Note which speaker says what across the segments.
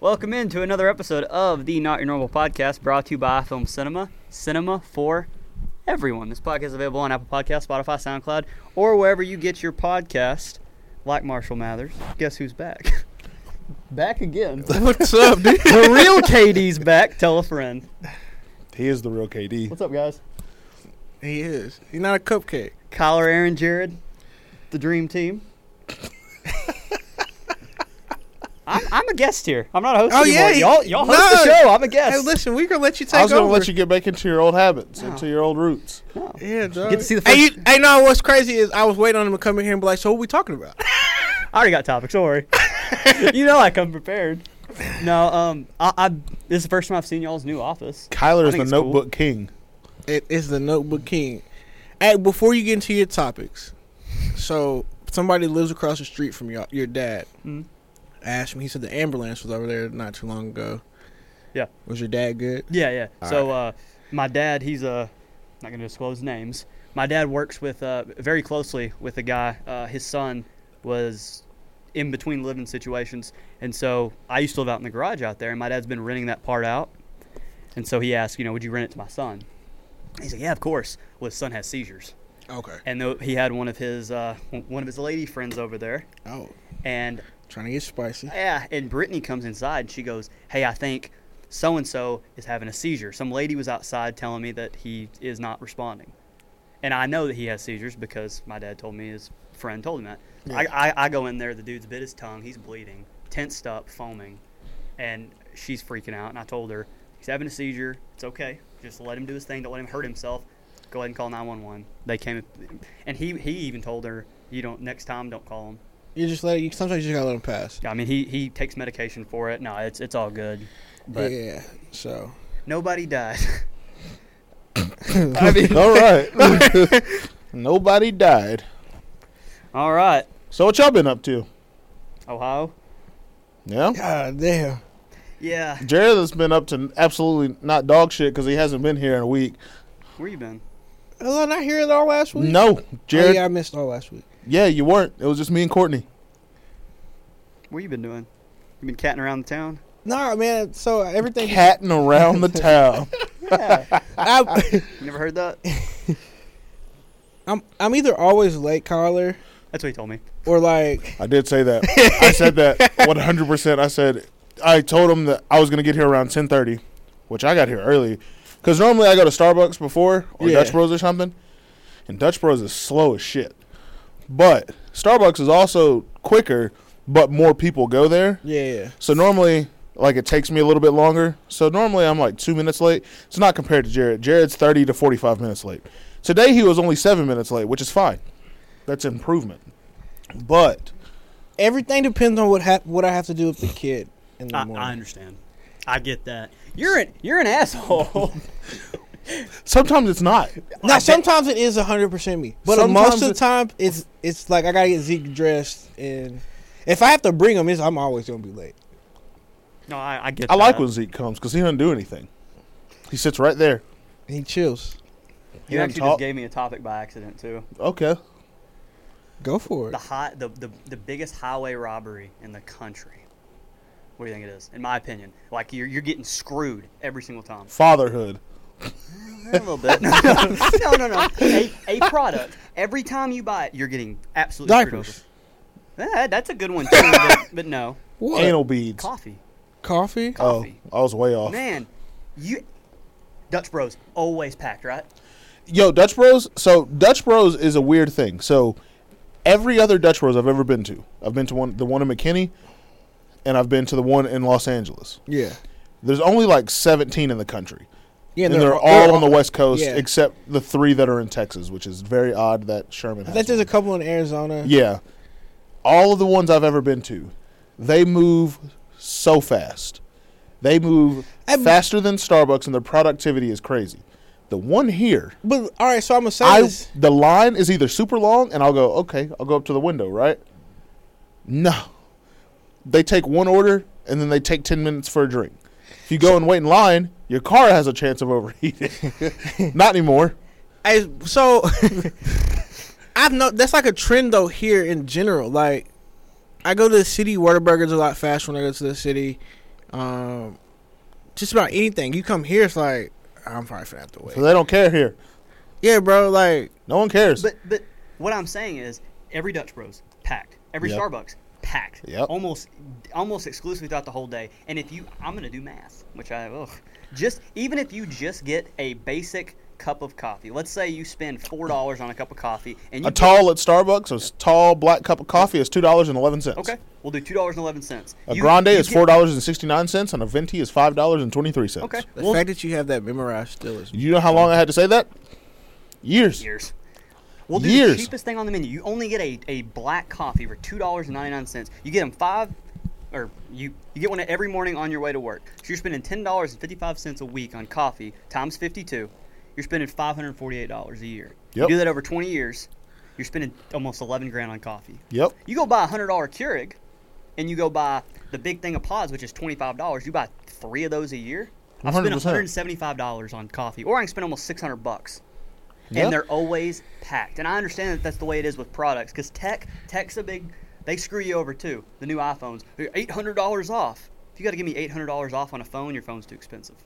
Speaker 1: Welcome in to another episode of the Not Your Normal Podcast, brought to you by Film Cinema, cinema for everyone. This podcast is available on Apple Podcasts, Spotify, SoundCloud, or wherever you get your podcast. Like Marshall Mathers, guess who's back? back again.
Speaker 2: What's up, dude?
Speaker 1: the real KD's back. Tell a friend.
Speaker 3: He is the real KD.
Speaker 1: What's up, guys?
Speaker 2: He is. He's not a cupcake.
Speaker 1: Collar Aaron, Jared, the dream team. I'm, I'm a guest here. I'm not a host
Speaker 2: Oh,
Speaker 1: anymore.
Speaker 2: yeah, you-
Speaker 1: y'all, y'all host the
Speaker 2: no.
Speaker 1: show. I'm a guest.
Speaker 2: Hey, listen, we gonna let you take
Speaker 3: I was
Speaker 2: over. Oh.
Speaker 3: gonna let you get back into your old habits,
Speaker 1: No.
Speaker 3: into your old roots.
Speaker 2: yeah, dog.
Speaker 1: Get to see the
Speaker 2: Hey,
Speaker 1: first-
Speaker 2: you, hey, no. What's crazy is I was waiting on him to come in here and be like, "So what we talking about?"
Speaker 1: I already got topics. Don't worry. you know I come prepared. No, um, I, I this is the first time I've seen y'all's new office.
Speaker 3: Kyler
Speaker 1: I
Speaker 3: is
Speaker 1: think
Speaker 3: the
Speaker 1: it's cool.
Speaker 3: notebook king.
Speaker 2: It is the Notebook King. Hey, before you get into your topics, so somebody lives across the street from your your dad.
Speaker 1: Mhm.
Speaker 2: Asked me. He said the ambulance was over there not too long ago.
Speaker 1: Yeah.
Speaker 2: Was your dad good?
Speaker 1: Yeah, yeah.
Speaker 2: All
Speaker 1: so uh, my dad, he's uh, not going to disclose names. My dad works with uh, very closely with a guy. Uh, his son was in between living situations, and so I used to live out in the garage out there, and my dad's been renting that part out. And so he asked, you know, would you rent it to my son? He's like, yeah, of course. Well, his son has seizures,
Speaker 2: Okay.
Speaker 1: and tho- he had one of his uh, one of his lady friends over there,
Speaker 2: Oh,
Speaker 1: and
Speaker 2: trying to get spicy.
Speaker 1: yeah, and Brittany comes inside and she goes, Hey, I think so and so is having a seizure. Some lady was outside telling me that he is not responding. And I know that he has seizures because my dad told me his friend told him that. I, I, I go in there, the dude's bit his tongue, he's bleeding, tensed up, foaming, and she's freaking out. And I told her, He's having a seizure. It's okay. Just let him do his thing. Don't let him hurt himself. Go ahead and call 911. They came, and he, he even told her, You don't, next time, don't call him.
Speaker 2: You just let. You, sometimes you just gotta let him pass.
Speaker 1: Yeah, I mean, he, he takes medication for it. No, it's it's all good. But
Speaker 2: yeah. So.
Speaker 1: nobody died. Uh,
Speaker 3: all right. Nobody died.
Speaker 1: all right,
Speaker 3: So what y'all been up to?
Speaker 1: Ohio.
Speaker 3: Yeah,
Speaker 2: God damn.
Speaker 1: Yeah,
Speaker 3: Jared has been up to absolutely not dog shit because he hasn't been here in a week.
Speaker 1: where you been?
Speaker 2: Was I not here at all last week?
Speaker 3: No, Jared.
Speaker 2: Oh,
Speaker 3: yeah.
Speaker 2: yeah, I missed all last week.
Speaker 3: you weren't. It was just me and Courtney.
Speaker 1: Where you been doing? You been catting around the town?
Speaker 2: Nah, man. So everything.
Speaker 3: Catting around the town.
Speaker 1: Yeah,
Speaker 2: I,
Speaker 1: you never heard that?
Speaker 2: I'm I'm either always late, Kyler,
Speaker 1: That's what he told me.
Speaker 2: or like
Speaker 3: I did say that. I said that 100. percent I said I told him that I was gonna get here around 10:30, which I got here early, because normally I go to Starbucks before or
Speaker 2: Yeah.
Speaker 3: Dutch Bros or something, and Dutch Bros is slow as shit. But Starbucks is also quicker, but more people go there,
Speaker 2: yeah, yeah.
Speaker 3: so normally like it takes me a little bit longer. So normally I'm like two minutes late. It's not compared to Jared. Jared's 30 to 45 minutes late. Today he was only seven minutes late, which is fine. That's improvement. But
Speaker 2: Everything depends on what hap- what I have to do with the kid in the
Speaker 1: I, I
Speaker 2: morning.
Speaker 1: understand. I get that. You're an you're an asshole.
Speaker 3: Sometimes it's not.
Speaker 2: now sometimes it is hundred percent me, but
Speaker 3: Sometimes
Speaker 2: most of the
Speaker 3: it-
Speaker 2: time it's it's like I gotta get Zeke dressed, and if I have to bring him, it's, I'm always gonna be late.
Speaker 1: no, I, I get.
Speaker 3: I like
Speaker 1: that.
Speaker 3: when Zeke comes because he doesn't do anything. He sits right there.
Speaker 2: And he chills.
Speaker 1: you
Speaker 3: Yeah,
Speaker 1: actually
Speaker 3: talk-
Speaker 1: just gave me a topic by accident too.
Speaker 3: Okay.
Speaker 2: Go for it.
Speaker 1: The hot the, the the biggest highway robbery in the country. What do you think it is? In my opinion, like you're you're getting screwed every single time.
Speaker 3: Fatherhood.
Speaker 1: A little bit. No, no, no. no. A, a product. Every time you buy it, you're getting absolutely screwed
Speaker 2: Diapers.
Speaker 1: over. Eh, that's a good one too, but, but no.
Speaker 2: What?
Speaker 3: Anal beads.
Speaker 1: Coffee.
Speaker 2: Coffee.
Speaker 3: Oh,
Speaker 1: Coffee.
Speaker 3: I was way off.
Speaker 1: Man, you Dutch Bros always packed, right?
Speaker 3: Yo, Dutch Bros. So Dutch Bros is a weird thing. So every other Dutch Bros I've ever been to, I've been to one, the one in McKinney, and I've been to the one in Los Angeles.
Speaker 2: Yeah.
Speaker 3: There's only like 17 in the country,
Speaker 2: Yeah,
Speaker 3: and, they're, all on the West Coast
Speaker 2: yeah.
Speaker 3: except the three that are in Texas, which is very odd that Sherman.
Speaker 2: I
Speaker 3: Has
Speaker 2: think there's
Speaker 3: one.
Speaker 2: a couple in Arizona.
Speaker 3: Yeah. All of the ones I've ever been to, they move so fast. They move
Speaker 2: I'm-
Speaker 3: faster than Starbucks, and their productivity is crazy. The one here,
Speaker 2: But all right, so I'm gonna say
Speaker 3: I
Speaker 2: this.
Speaker 3: the line is either super long, and I'll go okay, I'll go up to the window, right? No, they take one order and then they take ten minutes for a drink. If you go and wait in line, your car has a chance of overheating. Not anymore.
Speaker 2: I so I've no that's like a trend though here in general. Like I go to the city, Whataburger's a lot faster when I go to the city. Um, just about anything. You come here, it's like I'm probably finna have to wait.
Speaker 3: So they don't care here.
Speaker 2: yeah, bro. Like
Speaker 3: No one cares.
Speaker 1: But but what I'm saying is every Dutch Bros packed, every
Speaker 3: Yep.
Speaker 1: Starbucks packed,
Speaker 3: Yep.
Speaker 1: almost almost exclusively throughout the whole day. And if you, I'm gonna do math, which I ugh, just even if you just get a basic cup of coffee, let's say you spend four dollars on a cup of coffee, and you
Speaker 3: a
Speaker 1: get-
Speaker 3: tall at Starbucks, a s- tall black cup of coffee is two dollars and eleven cents.
Speaker 1: okay, we'll do two dollars and eleven cents.
Speaker 3: A grande is four dollars and sixty nine cents, and a venti is five dollars and twenty three cents.
Speaker 1: Okay,
Speaker 2: the
Speaker 1: well,
Speaker 2: fact that you have that memorized still is.
Speaker 3: You know how long I had to say that? Years.
Speaker 1: years. We'll do
Speaker 3: Years.
Speaker 1: the cheapest thing on the menu. You only get a, a black coffee for two dollars and ninety nine cents. You get them five, or you you get one every morning on your way to work. So you're spending ten dollars and fifty five cents a week on coffee times fifty two. You're spending five hundred forty eight dollars a year. You
Speaker 3: Yep.
Speaker 1: do that over twenty years. You're spending almost eleven grand on coffee.
Speaker 3: Yep.
Speaker 1: You go buy a hundred dollar Keurig, and you go buy the big thing of pods, which is twenty five dollars. You buy three of those a year. I've spent
Speaker 3: 100%.
Speaker 1: one hundred seventy five dollars on coffee, or I can spend almost six hundred bucks.
Speaker 3: Yep.
Speaker 1: And they're always packed. And I understand that that's the way it is with products, because tech, tech's a big. They screw you over too. The new iPhones, eight hundred dollars off. If you got to give me eight hundred dollars off on a phone, your phone's too expensive.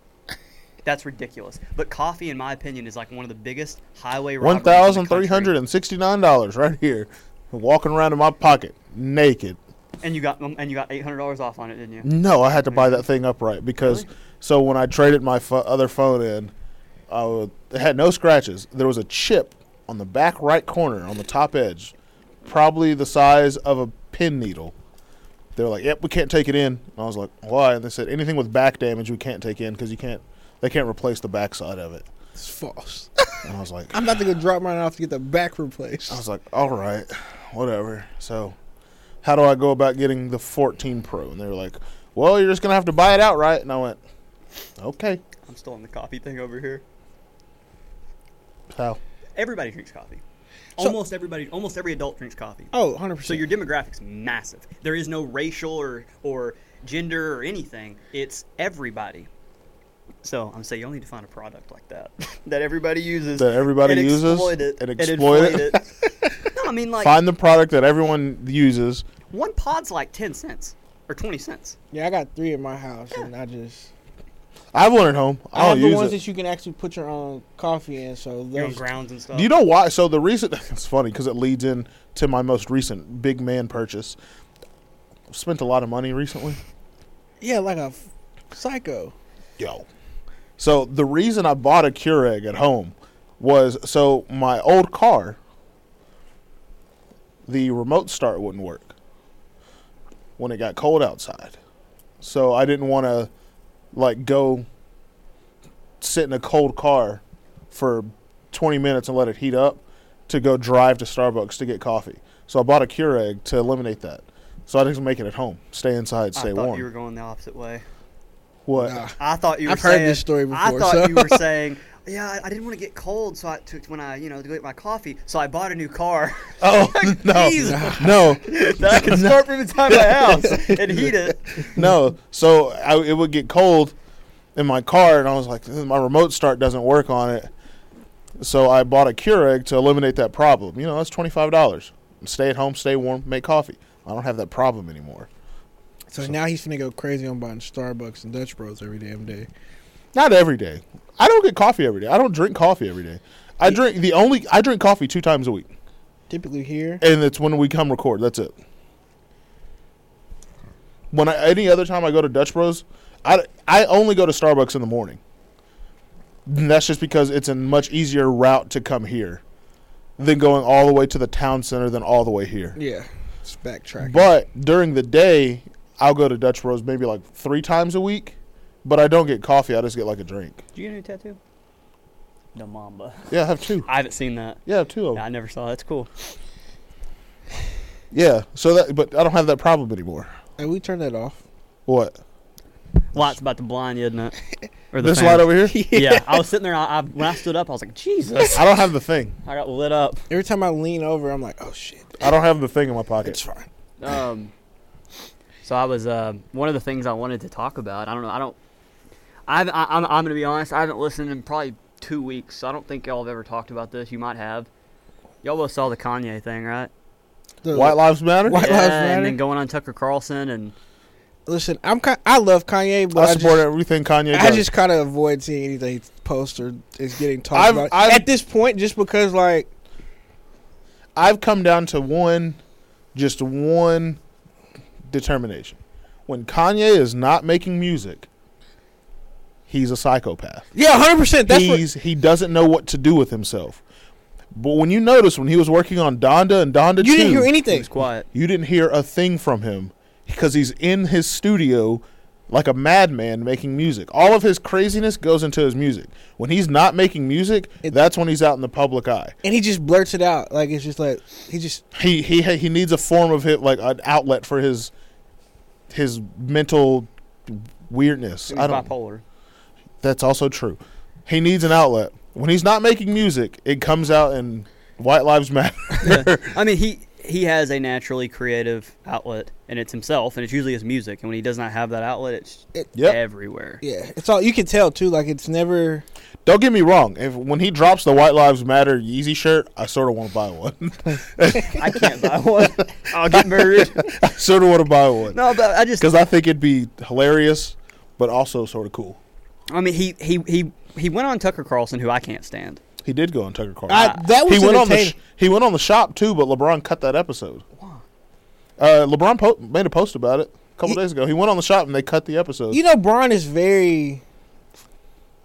Speaker 1: That's ridiculous. But coffee, in my opinion, is like one of the biggest highway robberies. in
Speaker 3: One
Speaker 1: the country.
Speaker 3: thousand three hundred and sixty nine dollars right here, walking around in my pocket naked.
Speaker 1: And you got and you got eight hundred dollars off on it, didn't you?
Speaker 3: No, I had to buy that thing upright because
Speaker 1: Really?
Speaker 3: so when I traded my pho- other phone in, I wa- it had no scratches. There was a chip on the back right corner on the top edge, probably the size of a pin needle. They were like, "Yep, we can't take it in." And I was like, "Why?" And they said, "Anything with back damage, we can't take in because you can't. They can't replace the backside of it."
Speaker 2: It's false.
Speaker 3: And I was like,
Speaker 2: I'm about to go drop mine off to get the back
Speaker 3: I
Speaker 2: replaced.
Speaker 3: was like, all right, whatever. So, how do I go about getting the 14 Pro? And they were like, well, you're just going to have to buy it outright. And I went, okay.
Speaker 1: I'm still on the coffee thing over here.
Speaker 3: How?
Speaker 1: Everybody drinks coffee.
Speaker 2: So-
Speaker 1: almost everybody, almost every adult drinks coffee.
Speaker 2: Oh, 100 percent.
Speaker 1: So your demographics massive. There is no racial or or gender or anything. It's everybody. So I'm saying you only need to find a product like that that everybody uses.
Speaker 3: That everybody
Speaker 1: and
Speaker 3: uses
Speaker 1: exploit it,
Speaker 3: and exploit
Speaker 1: inflate
Speaker 3: it.
Speaker 1: it. no, I mean like
Speaker 3: Find the product that everyone uses.
Speaker 1: one pod's like ten cents or twenty cents.
Speaker 2: Yeah, I got three in my house, and I just
Speaker 3: I have one at home.
Speaker 2: I
Speaker 3: I'll
Speaker 2: have the
Speaker 3: use
Speaker 2: ones
Speaker 3: it.
Speaker 2: that you can actually put your own coffee in. So
Speaker 1: Your own
Speaker 2: those
Speaker 1: grounds and stuff.
Speaker 3: Do you know why? So the reason it's funny because it leads in to my most recent big man purchase. I've spent a lot of money recently.
Speaker 2: yeah, like a f- psycho.
Speaker 3: Yo. So the reason I bought a Keurig at home was so my old car, the remote start wouldn't work when it got cold outside. So I didn't want to like go sit in a cold car for 20 minutes and let it heat up to go drive to Starbucks to get coffee. So I bought a Keurig to eliminate that. So I just make it at home. Stay inside,
Speaker 1: I
Speaker 3: stay
Speaker 1: thought
Speaker 3: warm.
Speaker 1: you were going the opposite way.
Speaker 3: what?
Speaker 2: Nah.
Speaker 1: I thought you were
Speaker 2: I've heard
Speaker 1: saying-
Speaker 2: this story
Speaker 1: I
Speaker 2: before,
Speaker 1: thought
Speaker 2: so-
Speaker 1: you were saying, yeah, I- I didn't want to get cold, so I took when I, you know, to go get my coffee, so I bought a new car
Speaker 3: Oh, no.
Speaker 1: Jesus.
Speaker 3: No.
Speaker 1: that I could start from inside my house and heat it.
Speaker 3: no. So I, it would get cold in my car, and I was like, my remote start doesn't work on it. So I bought a Keurig to eliminate that problem. You know, that's twenty five dollars. Stay at home, stay warm, make coffee. I don't have that problem anymore.
Speaker 2: So, now he's gonna go crazy on buying Starbucks and Dutch Bros every damn day.
Speaker 3: Not every day. I don't get coffee every day. I don't drink coffee every day. I drink the only I drink coffee two times a week,
Speaker 2: Typically here,
Speaker 3: and it's when we come record. That's it. When I, any other time I go to Dutch Bros, I, I only go to Starbucks in the morning. And that's just because it's a much easier route to come here than going all the way to the town center than all the way here.
Speaker 2: yeah, it's backtracking.
Speaker 3: But during the day, I'll go to Dutch Bros maybe like three times a week, but I don't get coffee. I just get like a drink.
Speaker 1: Did you get a new tattoo? The Mamba.
Speaker 3: Yeah, I have two.
Speaker 1: I haven't seen that.
Speaker 3: Yeah, I have
Speaker 2: Oh.
Speaker 3: two of
Speaker 1: I
Speaker 3: them.
Speaker 1: never saw. That's cool.
Speaker 3: Yeah, so that but I don't have that problem anymore.
Speaker 2: Hey, we turn that off.
Speaker 3: What?
Speaker 1: Light's about to blind you, isn't it? Or
Speaker 3: This
Speaker 1: fan.
Speaker 3: light over here?
Speaker 1: Yeah, I was sitting there. I, I, when I stood up, I was like, Jesus.
Speaker 3: I don't have the thing.
Speaker 1: I got lit up.
Speaker 2: Every time I lean over, I'm like, oh shit,
Speaker 3: I don't have the thing in my pocket.
Speaker 2: it's fine.
Speaker 1: Um, so I was uh, one of the things I wanted to talk about. I don't know. I don't. I've, I, I'm, I'm going to be honest. I haven't listened in probably two weeks. So I don't think y'all have ever talked about this. You might have. Y'all both saw the Kanye thing, right?
Speaker 2: The-
Speaker 3: White Lives Matter?
Speaker 2: White-
Speaker 1: yeah,
Speaker 2: Lives
Speaker 1: and
Speaker 2: Matter.
Speaker 1: then going on Tucker Carlson and
Speaker 2: Listen, I'm ki- I love Kanye, but
Speaker 3: I
Speaker 2: I,
Speaker 3: support
Speaker 2: just,
Speaker 3: everything Kanye does.
Speaker 2: I just kind of avoid seeing anything he posts or is getting talked
Speaker 3: I've-
Speaker 2: about
Speaker 3: I've-
Speaker 2: at this point, just because like
Speaker 3: I've come down to one, just one determination. When Kanye is not making music, he's a psychopath.
Speaker 2: yeah, hundred percent. That's what,
Speaker 3: he's he doesn't know what to do with himself. But when you notice when he was working on Donda and Donda,
Speaker 2: you didn't
Speaker 3: 2,
Speaker 2: hear
Speaker 1: He
Speaker 2: anything.
Speaker 1: was quiet.
Speaker 3: You didn't hear a thing from him because he's in his studio like a madman making music. All of his craziness goes into his music. When he's not making music,
Speaker 2: It-
Speaker 3: that's when he's out in the public eye.
Speaker 2: and he just blurts it out like it's just like he just
Speaker 3: he he he needs a form of hit like an outlet for his his mental weirdness.
Speaker 1: He
Speaker 3: I
Speaker 1: was
Speaker 3: don't.
Speaker 1: bipolar.
Speaker 3: That's also true. He needs an outlet. When he's not making music, it comes out in White Lives Matter.
Speaker 1: I mean, he he has a naturally creative outlet, and it's himself, and it's usually his music. And when he does not have that outlet, it's
Speaker 2: It-
Speaker 3: Yep.
Speaker 1: everywhere.
Speaker 2: yeah. It's all you can tell too. Like it's never
Speaker 3: Don't get me wrong. If when he drops the White Lives Matter Yeezy shirt, I sort of want to buy one.
Speaker 1: I can't buy one. I'll get murdered.
Speaker 3: I sort of want to buy one
Speaker 1: No, but I just
Speaker 3: because I think it'd be hilarious, but also sort of cool.
Speaker 1: I mean, he he he he went on Tucker Carlson, who I can't stand.
Speaker 3: He did go on Tucker Carlson.
Speaker 2: I, that was
Speaker 3: he went on the
Speaker 2: entertaining.
Speaker 3: sh- he went on the shop too, but LeBron cut that episode. Uh, LeBron po- made a post about it a couple
Speaker 2: Ye-
Speaker 3: days ago. He went on the shop and they cut the episode.
Speaker 2: you know, Braun is very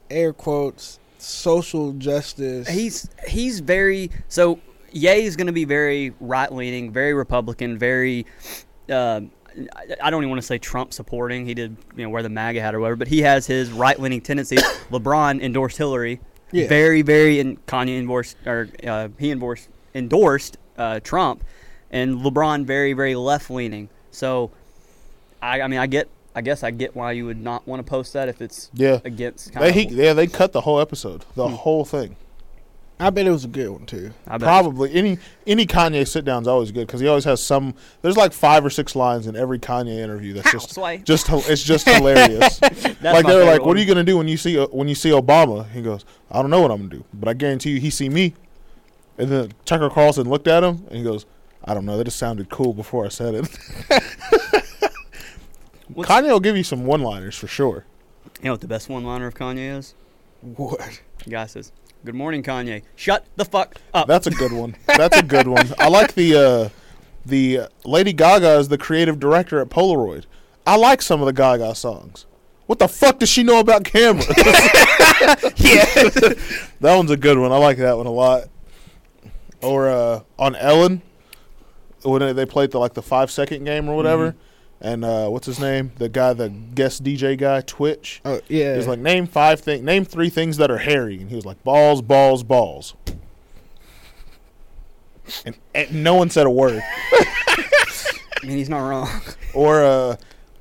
Speaker 2: air quotes social justice.
Speaker 1: He's he's very so. Ye is going to be very right leaning, very Republican, very. Uh, I- I don't even want to say Trump supporting. He did, you know, wear the MAGA hat or whatever, but he has his right leaning tendencies. LeBron endorsed Hillary.
Speaker 2: Yeah.
Speaker 1: Very, very, and Kanye endorsed, or uh, he endorsed endorsed uh, Trump, and LeBron very, very left leaning. So, I, I mean, I get, I guess, I get why you would not want to post that if it's
Speaker 3: yeah,
Speaker 1: against. Kind
Speaker 3: they
Speaker 1: of,
Speaker 3: he, yeah they cut the whole episode, the
Speaker 2: Hmm.
Speaker 3: whole thing.
Speaker 2: I bet it was a good one too.
Speaker 1: I bet.
Speaker 3: Probably any any Kanye sit down is always good because he always has some. There's like five or six lines in every Kanye interview that's just
Speaker 1: Houseway.
Speaker 3: just hil- it's just hilarious.
Speaker 1: That's
Speaker 3: like
Speaker 1: my
Speaker 3: they're
Speaker 1: favorite
Speaker 3: like, what
Speaker 1: one.
Speaker 3: are you gonna do when you see uh, when you see Obama? He goes, I don't know what I'm gonna do, but I guarantee you he see me. And then Tucker Carlson looked at him and he goes, I don't know. That just sounded cool before I said it.
Speaker 1: What's-
Speaker 3: Kanye will give you some one-liners for sure.
Speaker 1: You know what the best one liner of Kanye is?
Speaker 2: What?
Speaker 1: The guy says, Good morning, Kanye. Shut the fuck up.
Speaker 3: That's a good one. That's a good one. I like the uh, the uh, Lady Gaga is the creative director at Polaroid. I like some of the Gaga songs. What the fuck does she know about cameras? yeah, that one's a good one. I like that one a lot. Or uh, on Ellen, when they played the like the five second game or whatever, and uh, what's his name? The guy, the guest DJ guy, Twitch.
Speaker 2: Oh yeah.
Speaker 3: He was like, name five things, name three things that are hairy, and he was like, balls, balls, balls. And, and no one said a word.
Speaker 1: I mean, he's not wrong.
Speaker 3: Or, uh,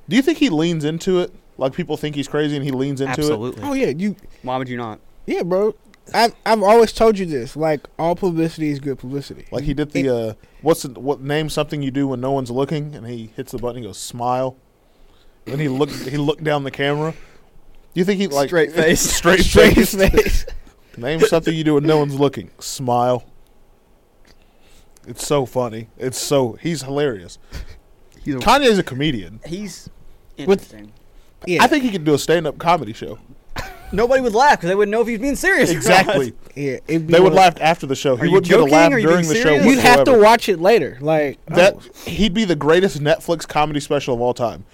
Speaker 3: do you think he leans into it? Like people think he's crazy, and he leans into it.
Speaker 1: Absolutely.
Speaker 2: oh yeah, you
Speaker 1: Why would you not?
Speaker 2: yeah, bro. I've I've always told you this. Like all publicity is good publicity.
Speaker 3: Like he did the uh, what's the, what name something you do when no one's looking, and he hits the button, and goes smile, and he looked he looked down the camera. Do you think he like
Speaker 1: Straight face.
Speaker 3: straight
Speaker 2: Straight
Speaker 3: face?
Speaker 2: face.
Speaker 3: Name something you do when no one's looking. Smile. It's so funny. It's so he's hilarious.
Speaker 1: He's, a,
Speaker 3: Kanye's a comedian.
Speaker 1: he's
Speaker 2: With-
Speaker 1: interesting.
Speaker 2: yeah.
Speaker 3: I think he could do a stand-up comedy show.
Speaker 1: Nobody would laugh because they wouldn't know if he was being serious. or not.
Speaker 3: Exactly.
Speaker 2: yeah. it'd be
Speaker 3: they would
Speaker 2: one-
Speaker 3: laugh after the show.
Speaker 1: Are
Speaker 3: He
Speaker 1: you
Speaker 3: wouldn't get a
Speaker 1: joking?
Speaker 3: laugh
Speaker 1: Are you
Speaker 3: during the
Speaker 1: being
Speaker 3: show.
Speaker 1: serious?
Speaker 2: You'd have to
Speaker 3: whatsoever.
Speaker 2: watch it later. Like
Speaker 3: That
Speaker 2: oh,
Speaker 3: he'd be the greatest Netflix comedy special of all time.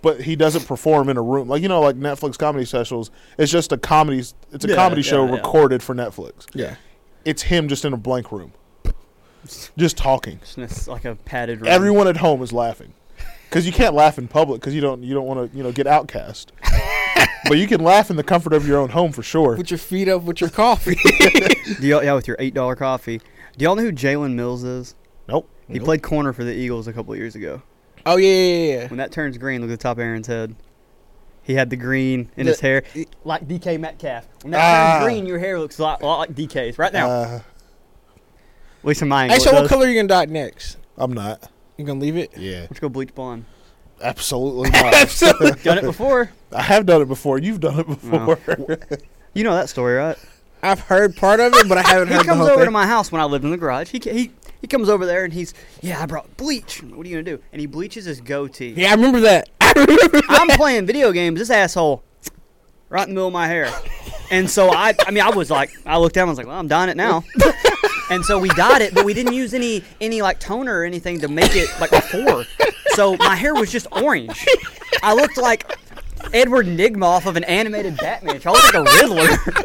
Speaker 3: But he doesn't perform in a room like you know, like Netflix comedy specials. It's just a comedy. It's a
Speaker 1: Yeah,
Speaker 3: comedy show
Speaker 1: yeah, yeah.
Speaker 3: recorded for Netflix.
Speaker 2: yeah.
Speaker 3: It's him just in a blank room, just talking.
Speaker 1: It's just like a padded room.
Speaker 3: everyone at home is laughing because you can't laugh in public because you don't you don't want to you know get outcast. but you can laugh in the comfort of your own home for sure.
Speaker 2: Put your feet up with your coffee.
Speaker 1: Do y'all, yeah, with your eight dollar coffee. Do y'all know who Jalen Mills is?
Speaker 3: Nope.
Speaker 1: He played corner for the Eagles a couple years ago.
Speaker 2: oh yeah, yeah, yeah.
Speaker 1: When that turns green, look at the top of Aaron's head. He had the green in
Speaker 2: The-
Speaker 1: his hair, like DK Metcalf. When
Speaker 3: that turns Ah.
Speaker 1: turns
Speaker 3: green,
Speaker 1: green, your hair looks a lot, like DK's right now.
Speaker 3: Uh,
Speaker 1: At least in my
Speaker 2: Hey,
Speaker 1: angle.
Speaker 2: so
Speaker 1: it
Speaker 2: what
Speaker 1: does.
Speaker 2: color you gonna dot next?
Speaker 3: I'm not.
Speaker 2: You gonna leave it?
Speaker 3: Yeah,
Speaker 1: Let's go bleach blonde.
Speaker 3: absolutely not.
Speaker 1: Done it before.
Speaker 3: I have done it before. You've done it before.
Speaker 1: You know that story, right?
Speaker 2: I've heard part of it, but I haven't
Speaker 1: He
Speaker 2: heard the
Speaker 1: comes
Speaker 2: whole
Speaker 1: over
Speaker 2: thing.
Speaker 1: to my house when I lived in the garage. He ca- he he comes over there and he's yeah, I brought bleach. What are you gonna do? And he bleaches his goatee.
Speaker 2: yeah, I remember that. I
Speaker 1: I'm playing video games. This asshole right in the middle of my hair. And so I, I mean, I was like, I looked down. I was like, well, I'm dying it now. And so we dyed it, but we didn't use any any like toner or anything to make it like before. So my hair was just orange. I looked like Edward Nigma off of an animated Batman. show. I looked like a Riddler.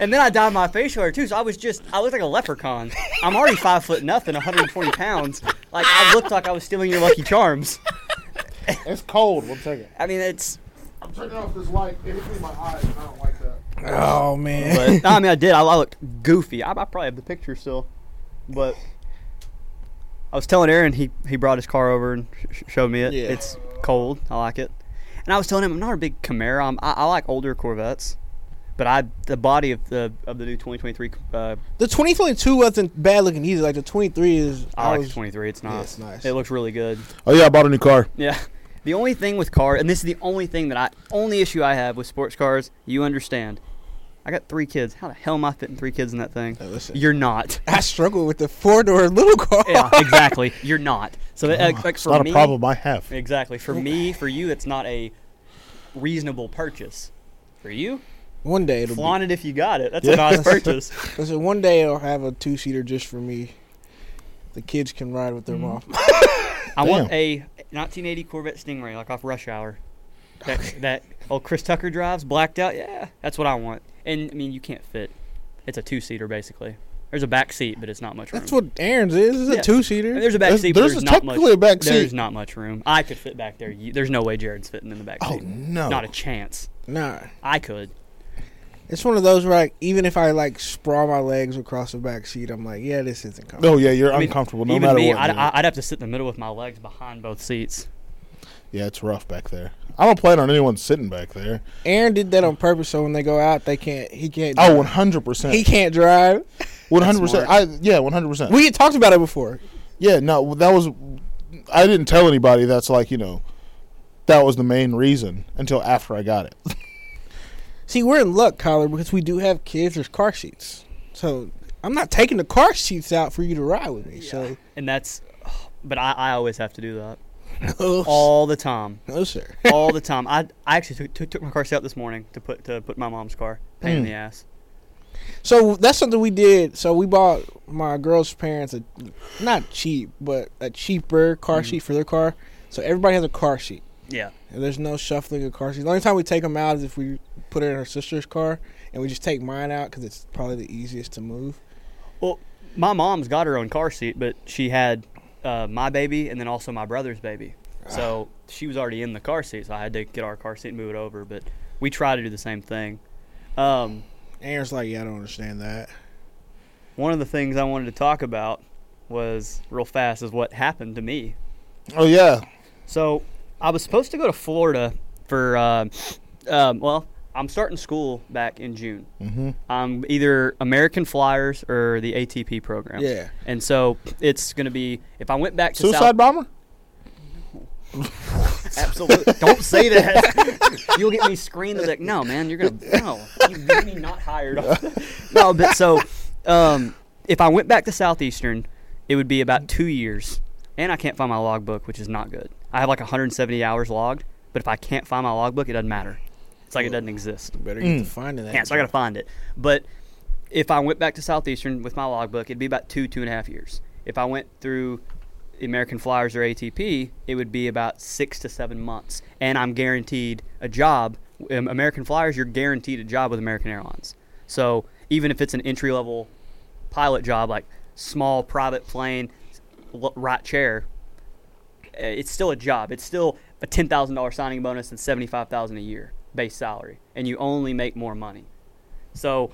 Speaker 1: And then I dyed my facial hair too, so I was just I looked like a leprechaun. I'm already five foot nothing, 120 pounds. Like I looked like I was stealing your Lucky Charms.
Speaker 3: It's cold. One second.
Speaker 1: I mean, it's
Speaker 3: I'm turning off this light. It hit me in my eyes, and I don't like that.
Speaker 2: Oh man.
Speaker 1: no, I mean, I did. I, I looked goofy. I, I probably have the picture still, but I was telling Aaron he he brought his car over and sh- sh- showed me it.
Speaker 2: Yeah.
Speaker 1: It's cold. I like it, and I was telling him I'm not a big Camaro. I'm, I, I like older Corvettes, but I the body of the of the new 2023. Uh,
Speaker 2: The 2022 wasn't bad looking either. Like the 23 is.
Speaker 1: I, like the 23. It's nice.
Speaker 2: it's nice.
Speaker 1: It looks really good.
Speaker 3: Oh yeah, I bought a new car.
Speaker 1: Yeah. The only thing with car, and this is the only thing that I, only issue I have with sports cars, you understand. I got three kids. How the hell am I fitting three kids in that thing?
Speaker 2: Hey, listen.
Speaker 1: You're not.
Speaker 2: I struggle with the four door little car.
Speaker 1: Yeah, exactly. You're not. So that, like, like
Speaker 3: It's
Speaker 1: for
Speaker 3: not
Speaker 1: me,
Speaker 3: a problem I have.
Speaker 1: Exactly. For me, for you, it's not a reasonable purchase. For you,
Speaker 2: One day it'll
Speaker 1: flaunt it if you got it. That's
Speaker 3: Yeah.
Speaker 1: a nice purchase.
Speaker 2: be. Listen, one day I'll have a two seater just for me. The kids can ride with their
Speaker 1: Mm-hmm.
Speaker 2: mom.
Speaker 1: I want
Speaker 3: Damn.
Speaker 1: a 1980 Corvette Stingray, like off Rush Hour. That that old Chris Tucker drives, blacked out. Yeah, that's what I want. And I mean, you can't fit. It's a two seater basically. There's a back seat, but it's not much room.
Speaker 2: That's what Aaron's is. It's
Speaker 1: Yeah.
Speaker 2: a two
Speaker 1: I mean,
Speaker 2: seater.
Speaker 1: there's a back
Speaker 3: There's-
Speaker 1: seat. but
Speaker 3: there's
Speaker 1: there's
Speaker 3: a-
Speaker 1: not much,
Speaker 3: technically a back
Speaker 1: There's
Speaker 3: seat.
Speaker 1: not much room. I could fit back there. You, there's no way Jared's fitting in the back
Speaker 3: Oh
Speaker 1: seat.
Speaker 3: no.
Speaker 1: Not a chance.
Speaker 2: Nah,
Speaker 1: I could.
Speaker 2: it's one of those where like, even if I like sprawl my legs across the back seat, I'm like, yeah, this isn't coming.
Speaker 3: Oh yeah, you're
Speaker 1: I mean,
Speaker 3: uncomfortable no
Speaker 1: Even
Speaker 3: matter
Speaker 1: me,
Speaker 3: what.
Speaker 1: I'd,
Speaker 3: man.
Speaker 1: I'd have to sit in the middle with my legs behind both seats.
Speaker 3: yeah, it's rough back there. I don't plan on anyone sitting back there.
Speaker 2: Aaron did that on purpose, so when they go out, they can't. He can't.
Speaker 3: Oh,
Speaker 2: Drive.
Speaker 3: 100
Speaker 2: he
Speaker 3: percent,
Speaker 2: can't drive.
Speaker 3: 100 percent.
Speaker 1: smart.
Speaker 3: I yeah, 100 percent.
Speaker 2: We had talked about it before.
Speaker 3: Yeah, no, that was. I didn't tell anybody. That's like you know, that was the main reason until after I got it.
Speaker 2: See, we're in luck, Collar, because we do have kids. There's car seats, so I'm not taking the car seats out for you to ride with me. So,
Speaker 1: And that's. But I, I always have to do that
Speaker 2: no,
Speaker 1: all the time.
Speaker 2: Oh, no, sir.
Speaker 1: all the time. I I actually took, took, took my car seat out this morning to put to put my mom's car. Pain in
Speaker 3: Mm.
Speaker 1: the ass.
Speaker 2: So that's something we did. So we bought my girl's parents a not cheap, but a cheaper car
Speaker 1: Mhm.
Speaker 2: seat for their car. So everybody has a car seat.
Speaker 1: Yeah.
Speaker 2: And there's no shuffling of car seats. The only time we take them out is if we put it in her sister's car, and we just take mine out because it's probably the easiest to move.
Speaker 1: Well, my mom's got her own car seat, but she had uh, my baby and then also my brother's baby.
Speaker 3: Ah.
Speaker 1: So she was already in the car seat, so I had to get our car seat and move it over. But we try to do the same thing. Um,
Speaker 2: Aaron's like, yeah, I don't understand that.
Speaker 1: one of the things I wanted to talk about was real fast is what happened to me
Speaker 3: Oh yeah,
Speaker 1: So I was supposed to go to Florida for, uh, um, well, I'm starting school back in June.
Speaker 3: hmm
Speaker 1: I'm either American Flyers or the ATP program.
Speaker 2: Yeah.
Speaker 1: And so it's going to be, if I went back to
Speaker 3: suicide
Speaker 1: South.
Speaker 3: bomber.
Speaker 1: Absolutely. Don't say that. You'll get me screened. They're like, no, man, you're going to, no. You get me not hired. no, but so um, if I went back to Southeastern, it would be about two years. And I can't find my logbook, which is not good. I have like 170 hours logged, but if I can't find my logbook, it doesn't matter. It's like it doesn't exist.
Speaker 2: Better get to
Speaker 3: Mm.
Speaker 2: finding that.
Speaker 1: Yeah, so I got to find it. But if I went back to Southeastern with my logbook, it'd be about two, two and a half years. If I went through the American Flyers or ATP, it would be about six to seven months. And I'm guaranteed a job. Um, American Flyers, you're guaranteed a job with American Airlines. So even if it's an entry level pilot job, like small private plane, l- right chair, uh, it's still a job. It's still a ten thousand dollar signing bonus and seventy five thousand a year base salary, and you only make more money. So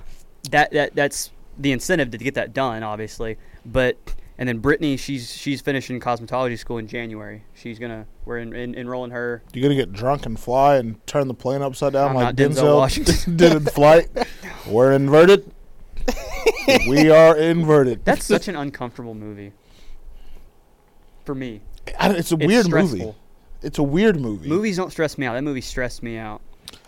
Speaker 1: that that that's the incentive to get that done, obviously. But and then Brittany, she's she's finishing cosmetology school in January. She's gonna we're in, in, enrolling her.
Speaker 3: You're gonna get drunk and fly and turn the plane upside down
Speaker 1: I'm
Speaker 3: like
Speaker 1: not Denzel Washington.
Speaker 3: Denzel did in flight. We're inverted. we are inverted.
Speaker 1: That's such an uncomfortable movie for me.
Speaker 3: I, it's a
Speaker 1: It's
Speaker 3: weird
Speaker 1: stressful.
Speaker 3: movie. It's a weird movie.
Speaker 1: Movies don't stress me out. That movie stressed me out.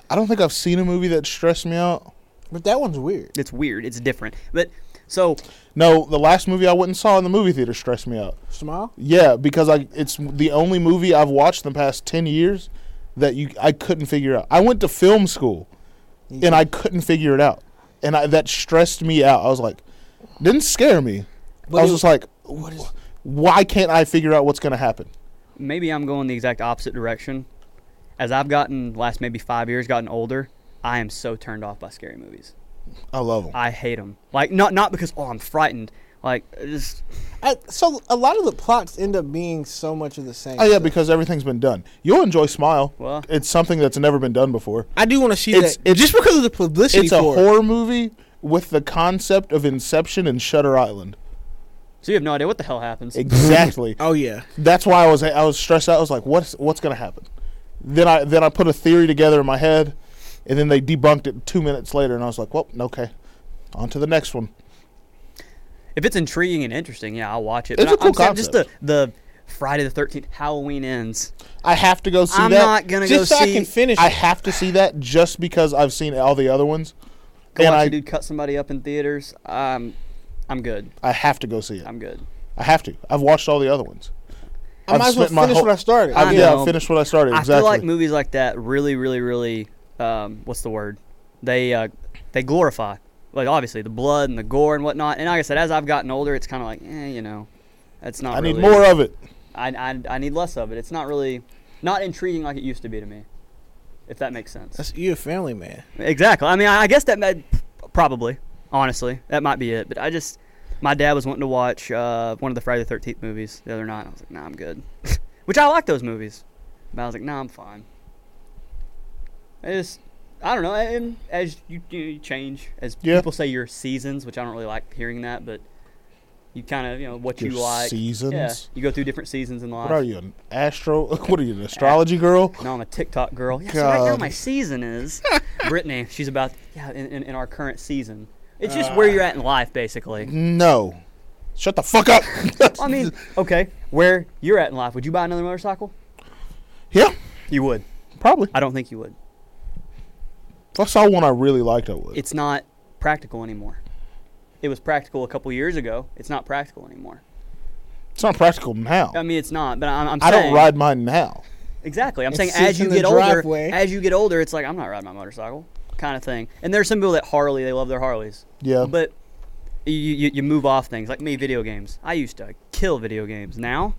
Speaker 3: I don't think I've seen a movie that stressed me out.
Speaker 2: But that one's weird.
Speaker 1: It's weird. It's different. But So
Speaker 3: No, the last movie I went and saw in the movie theater stressed me out.
Speaker 2: Smile.
Speaker 3: Yeah, because I it's the only movie I've watched in the past ten years that you I couldn't figure out. I went to film school and I couldn't figure it out, and I, that stressed me out. I was like, didn't scare me. I was
Speaker 2: it-
Speaker 3: just like,
Speaker 2: what is-
Speaker 3: why can't I figure out what's gonna happen?
Speaker 1: maybe I'm going the exact opposite direction. As I've gotten last maybe five years, gotten older, I am so turned off by scary movies.
Speaker 3: I love them.
Speaker 1: I hate them. Like not not because oh I'm frightened. Like it just
Speaker 2: I, so a lot of the plots end up being so much of the same.
Speaker 3: Oh yeah,
Speaker 2: stuff.
Speaker 3: because everything's been done. You'll enjoy Smile.
Speaker 1: Well-
Speaker 3: it's something that's never been done before.
Speaker 2: I do want to see
Speaker 3: It's-
Speaker 2: that. just because of the publicity.
Speaker 3: It's a
Speaker 2: for it.
Speaker 3: horror movie with the concept of Inception and Shutter Island.
Speaker 1: so you have no idea what the hell happens.
Speaker 3: Exactly.
Speaker 2: Oh yeah.
Speaker 3: that's why I was I was stressed out. I was like, what's what's gonna happen? Then I then I put a theory together in my head, and then they debunked it two minutes later, and I was like, well, okay, on to the next one.
Speaker 1: If it's intriguing and interesting, yeah, I'll watch it.
Speaker 3: It's
Speaker 1: But
Speaker 3: a cool
Speaker 1: saying Just the
Speaker 3: concept.
Speaker 1: the Friday the Thirteenth Halloween ends.
Speaker 3: I have to go see
Speaker 1: I'm
Speaker 3: that.
Speaker 1: not gonna
Speaker 2: Just
Speaker 1: go
Speaker 2: so
Speaker 1: see.
Speaker 2: I can finish.
Speaker 3: I have to see that just because I've seen all the other ones,
Speaker 1: go
Speaker 3: and
Speaker 1: watch
Speaker 3: I
Speaker 1: a dude cut somebody up in theaters. Um, I'm good.
Speaker 3: I have to go see it.
Speaker 1: I'm good.
Speaker 3: I have to. I've watched all the other ones.
Speaker 2: I might as well
Speaker 3: spent my
Speaker 2: finish
Speaker 3: whole-
Speaker 2: what I started.
Speaker 1: I
Speaker 3: I've, yeah,
Speaker 1: know.
Speaker 3: I've finished what I started. Exactly.
Speaker 1: I feel like movies like that really, really, really. Um, what's the word? They uh, they glorify like obviously the blood and the gore and whatnot. And like I said, as I've gotten older, it's kind of like, eh, you know, it's not.
Speaker 3: I need
Speaker 1: really-
Speaker 3: more of it.
Speaker 1: I, I I need less of it. It's not really not intriguing like it used to be to me. If that makes sense.
Speaker 2: That's you, a family man.
Speaker 1: Exactly. I mean, I I guess that might, probably, honestly, that might be it. But I just, my dad was wanting to watch uh, one of the Friday the Thirteenth movies the other night. I was like, Nah, I'm good. Which I like those movies, but I was like, Nah, I'm fine. I just, I don't know. And as you, you change, as
Speaker 3: Yeah.
Speaker 1: people say, your seasons, which I don't really like hearing that, but you kind of, you know, what you
Speaker 3: Your
Speaker 1: like.
Speaker 3: seasons.
Speaker 1: Yeah, you go through different seasons in life.
Speaker 3: What are you, an astro? What are you, an astrology girl?
Speaker 1: No, I'm a TikTok girl. Yeah, so right now
Speaker 3: God.
Speaker 1: my season is Brittany. She's about yeah in, in, in our current season. It's just
Speaker 3: Uh.
Speaker 1: where you're at in life, basically.
Speaker 3: No. Shut the fuck up.
Speaker 1: I mean, okay, where you're at in life. Would you buy another motorcycle?
Speaker 3: yeah,
Speaker 1: You would.
Speaker 3: probably.
Speaker 1: I don't think you would.
Speaker 3: If I saw one I really liked, I would.
Speaker 1: It's not practical anymore. It was practical a couple years ago. It's not practical anymore.
Speaker 3: It's not practical now.
Speaker 1: I mean, it's not. But I'm, I'm
Speaker 3: I
Speaker 1: saying
Speaker 3: don't ride mine now.
Speaker 1: Exactly. I'm
Speaker 2: It
Speaker 1: saying
Speaker 2: sits
Speaker 1: as you
Speaker 2: in the
Speaker 1: get older,
Speaker 2: driveway.
Speaker 1: as you get older, it's like I'm not riding my motorcycle, kind of thing. And there's some people that Harley, they love their Harleys.
Speaker 3: Yeah.
Speaker 1: But you, you you move off things like me, video games. I used to kill video games. Now,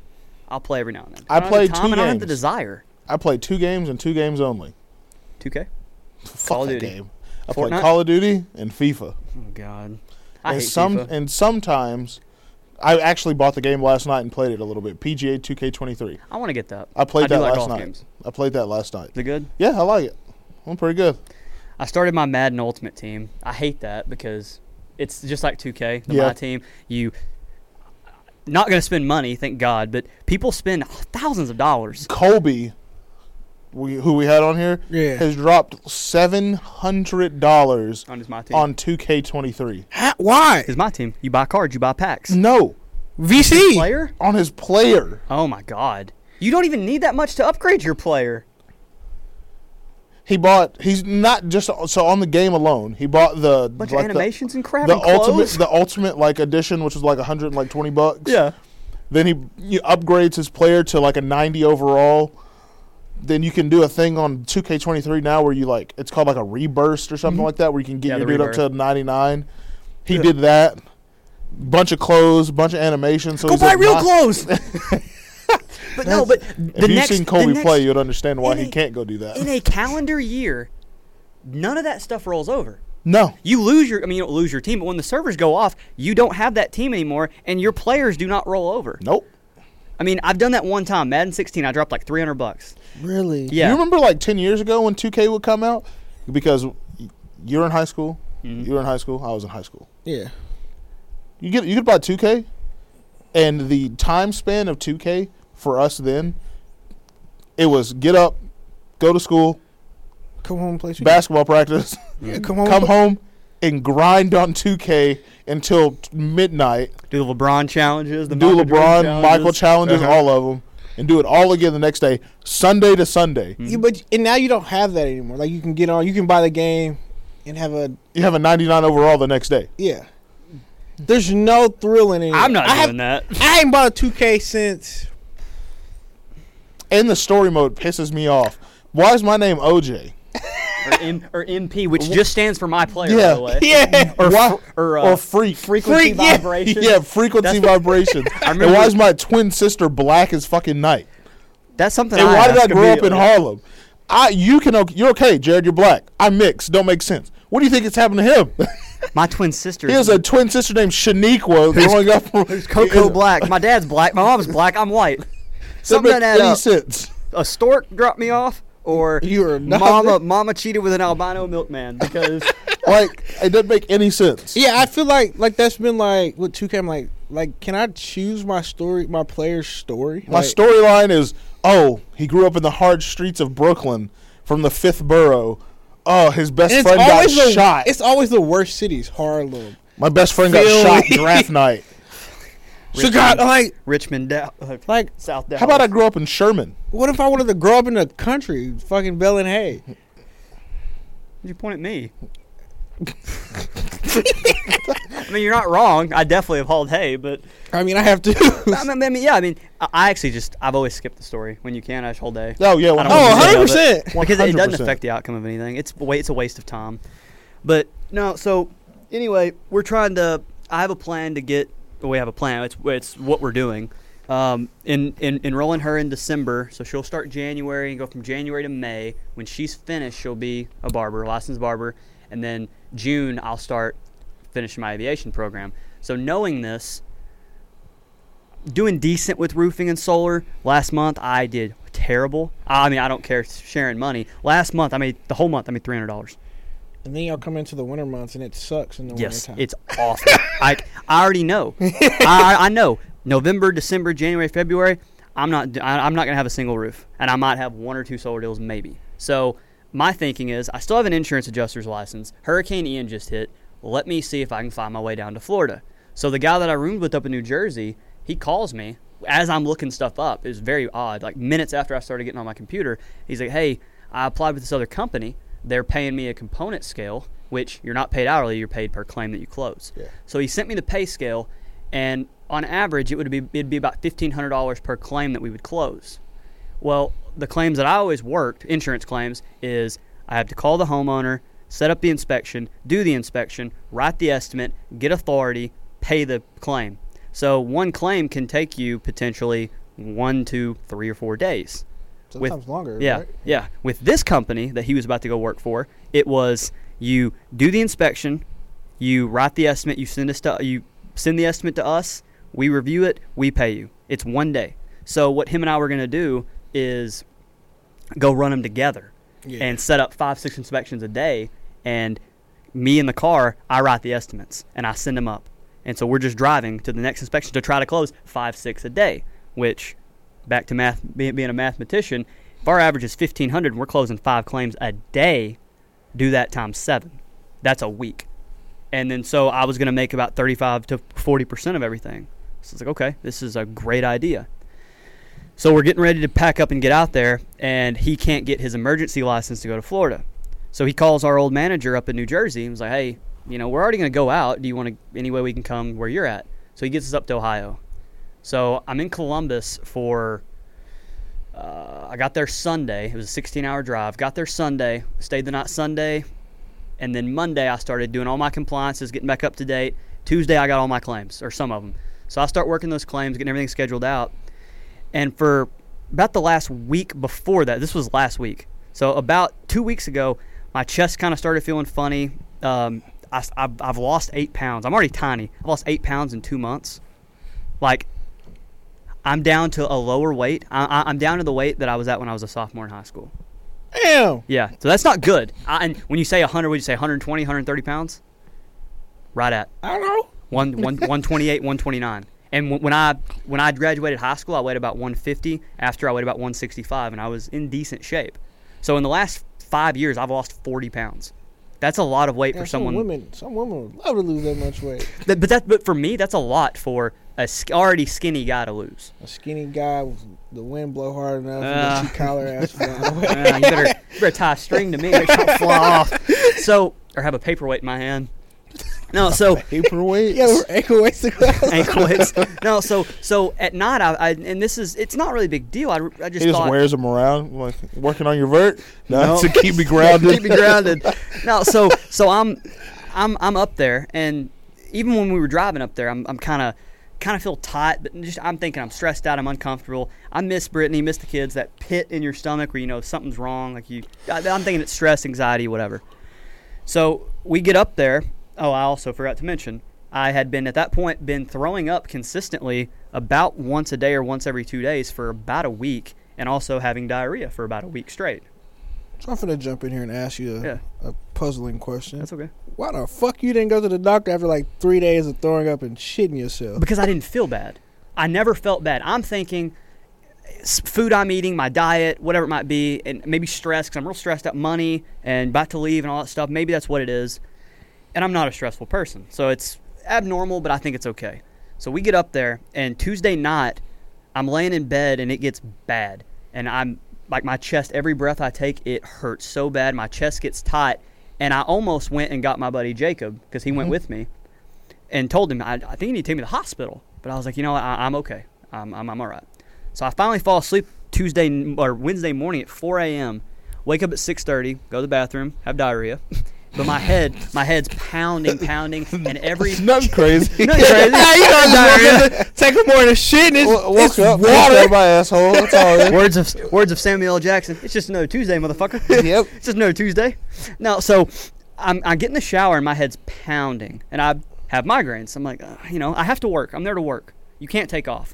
Speaker 1: I'll play every now and then.
Speaker 3: I
Speaker 1: don't have the
Speaker 3: played
Speaker 1: time
Speaker 3: two
Speaker 1: and I don't have the
Speaker 3: games.
Speaker 1: desire.
Speaker 3: I play two games and two games only.
Speaker 1: 2K.
Speaker 3: Fuck
Speaker 1: Call of
Speaker 3: that
Speaker 1: Duty.
Speaker 3: game. I
Speaker 1: Fortnite?
Speaker 3: play Call of Duty and FIFA.
Speaker 1: Oh God. I
Speaker 3: and
Speaker 1: hate
Speaker 3: some
Speaker 1: FIFA.
Speaker 3: and sometimes I actually bought the game last night and played it a little bit. PGA 2K23.
Speaker 1: I want to get that.
Speaker 3: I played
Speaker 1: do
Speaker 3: that
Speaker 1: like
Speaker 3: last
Speaker 1: golf
Speaker 3: night.
Speaker 1: Games.
Speaker 3: I played that last night.
Speaker 1: Is it good?
Speaker 3: Yeah, I like it. I'm pretty good.
Speaker 1: I started my Madden Ultimate team. I hate that because it's just like 2K. The My
Speaker 3: Yeah.
Speaker 1: team, you not going to spend money, thank God, but people spend thousands of dollars.
Speaker 3: Colby, we, who we had on here,
Speaker 2: Yeah.
Speaker 3: has dropped seven hundred dollars
Speaker 1: On his my team.
Speaker 3: on 2K23.
Speaker 2: Ha- why?
Speaker 1: his my team. You buy cards, you buy packs.
Speaker 3: No,
Speaker 2: VC.
Speaker 1: Player?
Speaker 3: on his player.
Speaker 1: Oh my God! You don't even need that much to upgrade your player.
Speaker 3: He bought. He's not just so on the game alone. He bought the
Speaker 1: Bunch
Speaker 3: like
Speaker 1: of
Speaker 3: the-
Speaker 1: animations and crap.
Speaker 3: The,
Speaker 1: and
Speaker 3: ultimate,
Speaker 1: clothes.
Speaker 3: the ultimate like edition, which was like 120 bucks.
Speaker 1: yeah.
Speaker 3: Then he, he upgrades his player to like a 90 overall. Then you can do a thing on 2K23 now where you like it's called like a reburst or something like that where you can get
Speaker 1: Mm-hmm. Yeah,
Speaker 3: your
Speaker 1: the
Speaker 3: dude
Speaker 1: reburst.
Speaker 3: up to 99. He did that. Bunch of clothes, bunch of animations. So
Speaker 1: Go
Speaker 3: he's
Speaker 1: buy
Speaker 3: like,
Speaker 1: real
Speaker 3: "Nah."
Speaker 1: clothes. but no, but the
Speaker 3: If you've
Speaker 1: next,
Speaker 3: seen
Speaker 1: the
Speaker 3: Colby
Speaker 1: next-
Speaker 3: play, you'd understand why
Speaker 1: in
Speaker 3: he
Speaker 1: a-
Speaker 3: can't go do that.
Speaker 1: in a calendar year, none of that stuff rolls over.
Speaker 3: no,
Speaker 1: You lose your, I mean, you don't lose your team, but when the servers go off, you don't have that team anymore, and your players do not roll over.
Speaker 3: nope.
Speaker 1: I mean, I've done that one time, Madden 16. I dropped like 300 bucks.
Speaker 2: Really?
Speaker 1: Yeah.
Speaker 3: You remember like 10 years ago when 2K would come out? Because you were in high school.
Speaker 1: Mm-hmm.
Speaker 3: You were in high school. I was in high school.
Speaker 2: Yeah.
Speaker 3: You get you could buy 2K, and the time span of 2K for us then, it was get up, go to school,
Speaker 2: Come home and play. some-
Speaker 3: basketball practice,
Speaker 2: Yeah, come home.
Speaker 3: come home, and grind on 2K until t- midnight.
Speaker 1: Do the LeBron challenges, the
Speaker 3: do
Speaker 1: Michael Jordan
Speaker 3: LeBron,
Speaker 1: challenges.
Speaker 3: Michael challenges,
Speaker 2: Uh-huh.
Speaker 3: all of them, and do it all again the next day, Sunday to Sunday.
Speaker 1: Mm-hmm.
Speaker 2: You, but and now you don't have that anymore. Like you can get on, you can buy the game, and have a
Speaker 3: You have a 99 overall the next day.
Speaker 2: yeah. There's no thrill in it.
Speaker 1: I'm not
Speaker 2: I have-
Speaker 1: doing that.
Speaker 2: I ain't bought a 2K since.
Speaker 3: And the story mode pisses me off. Why is my name OJ?
Speaker 1: Or, M- or MP, which just stands for my player, by
Speaker 3: Yeah.
Speaker 1: the way.
Speaker 2: Yeah.
Speaker 1: Or
Speaker 3: Why-
Speaker 1: fr- or, uh,
Speaker 3: or freak.
Speaker 1: frequency
Speaker 2: Freak, yeah.
Speaker 1: vibration.
Speaker 3: Yeah, frequency
Speaker 1: That's-
Speaker 3: vibrations. and
Speaker 1: remember-
Speaker 3: why is my twin sister black as fucking night?
Speaker 1: That's something.
Speaker 3: And
Speaker 1: I
Speaker 3: why did I
Speaker 1: ask
Speaker 3: grow up in
Speaker 1: immediately.
Speaker 3: Harlem? I you can o- you're okay, Jared. You're black. I'm mixed. Don't make sense. What do you think has happened to him?
Speaker 1: My twin sister.
Speaker 3: he has a twin sister named Shaniqua growing up.
Speaker 1: cocoa black. My dad's black. My mom's black. I'm white.
Speaker 3: Doesn't
Speaker 1: Something
Speaker 3: make
Speaker 1: that add
Speaker 3: any
Speaker 1: up.
Speaker 3: sense.
Speaker 1: A stork dropped me off, or
Speaker 2: You are not-
Speaker 1: mama. Mama cheated with an albino milkman because
Speaker 3: Like it doesn't make any sense.
Speaker 2: Yeah, I feel like like that's been like with 2K. I'm like, like, can I choose my story, my player's story?
Speaker 3: My
Speaker 2: Like,
Speaker 3: storyline is oh he grew up in the hard streets of Brooklyn from the fifth borough. Oh his best
Speaker 2: and it's
Speaker 3: friend got
Speaker 2: always the
Speaker 3: shot.
Speaker 2: It's always the worst cities. Harlem.
Speaker 3: My best friend
Speaker 2: Philly.
Speaker 3: got shot draft night.
Speaker 2: So God, like,
Speaker 1: Richmond, Dow- uh,
Speaker 2: like,
Speaker 1: South Dallas.
Speaker 3: How about I grew up in Sherman?
Speaker 2: what if I wanted to grow up in the country, fucking Bell and Hay?
Speaker 1: You point at me. I mean, you're not wrong. I definitely have hauled hay, but
Speaker 2: I mean, I have to.
Speaker 1: I mean, I mean, yeah. I mean, I- I actually just I've always skipped the story when you can. I just hold hay.
Speaker 3: Oh yeah,
Speaker 1: I don't
Speaker 2: Oh,
Speaker 1: wanna be
Speaker 2: 100
Speaker 1: of it.
Speaker 2: percent.
Speaker 1: because it doesn't
Speaker 3: 100%.
Speaker 1: affect the outcome of anything. It's wa- it's a waste of time. But no, so anyway, we're trying to. I have a plan to get. We have a plan. It's it's what we're doing. Um, in, in enrolling her in December, so she'll start January and go from January to May. When she's finished, she'll be a barber, licensed barber, and then June I'll start finishing my aviation program. So knowing this, doing decent with roofing and solar. Last month I did terrible. I I mean I don't care sharing money. Last month I made the whole month I made three hundred dollars.
Speaker 2: And then y'all come into the winter months and it sucks in the
Speaker 1: Yes,
Speaker 2: winter time.
Speaker 1: it's awful. I I already know. I, I I know. November, December, January, February. I'm not. I- I'm not gonna have a single roof, and I might have one or two solar deals maybe. So my thinking is, I still have an insurance adjuster's license. Hurricane Ian just hit. Let me see if I can find my way down to Florida. So the guy that I roomed with up in New Jersey, he calls me as I'm looking stuff up. It was very odd. Like minutes after I started getting on my computer, he's like, "Hey, I applied with this other company. They're paying me a component scale, which you're not paid hourly, you're paid per claim that you close.
Speaker 3: Yeah.
Speaker 1: So he sent me the pay scale, and on average, it would be it'd be about fifteen hundred dollars per claim that we would close. Well, the claims that I always worked, insurance claims, is I have to call the homeowner, set up the inspection, do the inspection, write the estimate, get authority, pay the claim. So one claim can take you potentially one to three or four days. with-
Speaker 2: Sometimes longer.
Speaker 1: Yeah,
Speaker 2: right?
Speaker 1: yeah. With this company that he was about to go work for, it was you do the inspection, you write the estimate, you send us to, you send the estimate to us, we review it, we pay you. It's one day. So what him and I were going to do is go run them together
Speaker 2: Yeah.
Speaker 1: and set up five six inspections a day and me in the car i write the estimates and i send them up and so we're just driving to the next inspection to try to close five six a day which back to math being, being a mathematician if our average is 1500 and we're closing five claims a day do that times seven that's a week and then so i was going to make about 35 to 40% of everything so it's like okay this is a great idea so we're getting ready to pack up and get out there, and he can't get his emergency license to go to Florida. So he calls our old manager up in New Jersey and was like, "Hey, you know, we're already going to go out. Do you want to any way we can come where you're at?" So he gets us up to Ohio. So I'm in Columbus for. Uh, I got there Sunday. It was a 16-hour drive. Got there Sunday. Stayed the night Sunday, and then Monday I started doing all my compliances, getting back up to date. Tuesday I got all my claims or some of them. So I start working those claims, getting everything scheduled out. And for about the last week before that, this was last week. So about two weeks ago, my chest kind of started feeling funny. Um, I, have I've lost eight pounds. I'm already tiny. I've lost eight pounds in two months. Like, I'm down to a lower weight. I, I, I'm down to the weight that I was at when I was a sophomore in high school.
Speaker 2: Damn.
Speaker 1: Yeah, so that's not good. I, and when you say 100, would you say 120, 130 pounds? Right at
Speaker 2: I don't know.
Speaker 1: one, one, 128, 129. And wh- when I when I graduated high school, I weighed about 150. After I weighed about 165, and I was in decent shape. So in the last five years, I've lost 40 pounds. That's a lot of weight
Speaker 2: Yeah,
Speaker 1: for someone.
Speaker 2: some women, some women would love to lose that much weight.
Speaker 1: That- but that but for me, that's a lot for a sk- already skinny guy to lose.
Speaker 2: A skinny guy, with the wind blow hard enough,
Speaker 1: Uh.
Speaker 2: and she collar ass down.
Speaker 1: Uh, you, better, you better tie a string to me. Make it not fly off. So or have a paperweight in my hand. No, so
Speaker 3: Paperweight.
Speaker 2: Yeah, we're echoing the glass.
Speaker 1: ankle weights. No, so so at night I, I and this is it's not really a big deal. I, I just
Speaker 3: he just
Speaker 1: thought
Speaker 3: wears them around, like working on your vert. No,
Speaker 1: No.
Speaker 3: to keep me grounded.
Speaker 1: keep me grounded. No, so so I'm I'm I'm up there, and even when we were driving up there, I'm I'm kind of kind of feel tight, but just I'm thinking I'm stressed out, I'm uncomfortable. I miss Brittany, miss the kids. That pit in your stomach where you know something's wrong. Like you, I, I'm thinking it's stress, anxiety, whatever. So we get up there. Oh, I also forgot to mention I had been at that point been throwing up consistently about once a day or once every two days for about a week, and also having diarrhea for about a week straight.
Speaker 2: So I'm finna jump in here and ask you a,
Speaker 1: Yeah.
Speaker 2: a puzzling question.
Speaker 1: That's okay.
Speaker 2: Why the fuck you didn't go to the doctor after like three days of throwing up and shitting yourself?
Speaker 1: because I didn't feel bad. I never felt bad. I'm thinking s- food I'm eating, my diet, whatever it might be, and maybe stress because I'm real stressed out, money and about to leave and all that stuff. Maybe that's what it is. And I'm not a stressful person. So it's abnormal, but I think it's okay. So we get up there, and Tuesday night, I'm laying in bed and it gets bad. And I'm like, my chest, every breath I take, it hurts so bad. My chest gets tight. And I almost went and got my buddy Jacob because he went with me and told him I, I think you need to take me to the hospital. But I was like, you know, what, I, I'm okay. I'm, I'm I'm all right. So I finally fall asleep Tuesday n- or Wednesday morning at 4 a.m. Wake up at 6:30, go to the bathroom, have diarrhea, but my head my head's pounding, pounding, and every.
Speaker 3: Nothing crazy.
Speaker 1: No, you're crazy.
Speaker 2: Take a morning shit and it's,
Speaker 3: W- woke up, water. my asshole. That's all. It
Speaker 1: words of words of Samuel L. Jackson. It's just another Tuesday, motherfucker.
Speaker 3: is. yep.
Speaker 1: It's just another Tuesday. No, so I'm, I get in the shower and my head's pounding, and I have migraines. I'm like, uh, you know, I have to work. I'm there to work. You can't take off.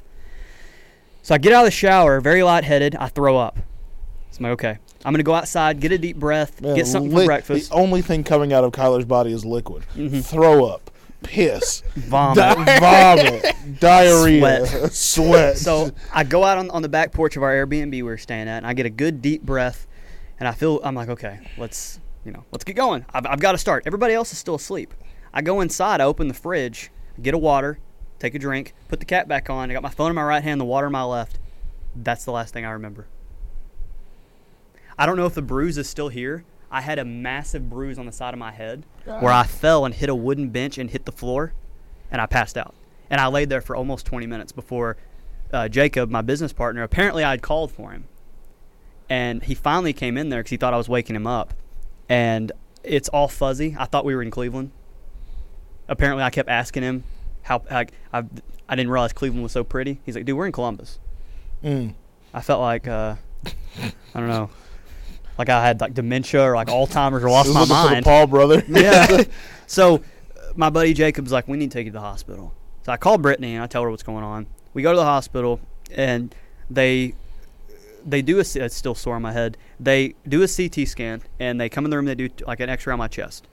Speaker 1: So I get out of the shower, very lightheaded. I throw up. So I'm like, okay, I'm gonna go outside, get a deep breath,
Speaker 3: Man,
Speaker 1: get something
Speaker 3: lick-
Speaker 1: for breakfast, Mm-hmm.
Speaker 3: The only thing coming out of Kyler's body is liquid. Throw up, piss,
Speaker 1: vomit.
Speaker 3: di- vomit, diarrhea, sweat.
Speaker 1: Sweat. So I go out on, on the back porch of our Airbnb we were staying at, and I get a good deep breath, and I feel I'm like, okay, let's you know, let's get going. I've, I've got to start. Everybody else is still asleep. I go inside, I open the fridge, get a water, take a drink, put the cap back on. I got my phone in my right hand, the water in my left. That's the last thing I remember. I don't know if the bruise is still here. I had a massive bruise on the side of my head where I fell and hit a wooden bench and hit the floor, and I passed out. And I laid there for almost 20 minutes before uh, Jacob, my business partner, apparently I'd called for him. And he finally came in there because he thought I was waking him up. And it's all fuzzy. I thought we were in Cleveland. Apparently, I kept asking him how like, I, I didn't realize Cleveland was so pretty. He's like, dude, we're in Columbus.
Speaker 3: Mm.
Speaker 1: I felt like uh, I don't know, like I had like dementia or like Alzheimer's or lost my
Speaker 3: Looking for the
Speaker 1: mind.
Speaker 3: Paul brother.
Speaker 1: yeah. So uh, my buddy Jacob's like, we need to take you to the hospital. So I call Brittany and I tell her what's going on. We go to the hospital and they they do a C- it's still sore on my head. They do a CT scan and they come in the room. They do t- like an X-ray on my chest,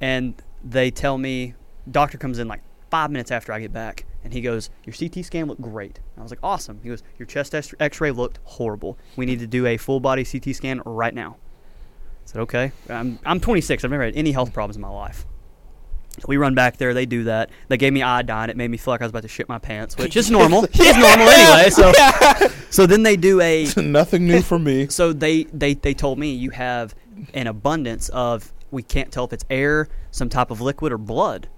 Speaker 1: and they tell me doctor comes in like five minutes after I get back and he goes, your CT scan looked great. And I was like, awesome. He goes, your chest X- X-ray looked horrible. We need to do a full body CT scan right now. I said, okay. I'm, I'm 26. I've never had any health problems in my life. So we run back there. They do that. They gave me iodine. It made me feel like I was about to shit my pants, which is normal. It's normal anyway. So, so then they do a
Speaker 3: Nothing new for me.
Speaker 1: so they, they they told me you have an abundance of we can't tell if it's air, some type of liquid or blood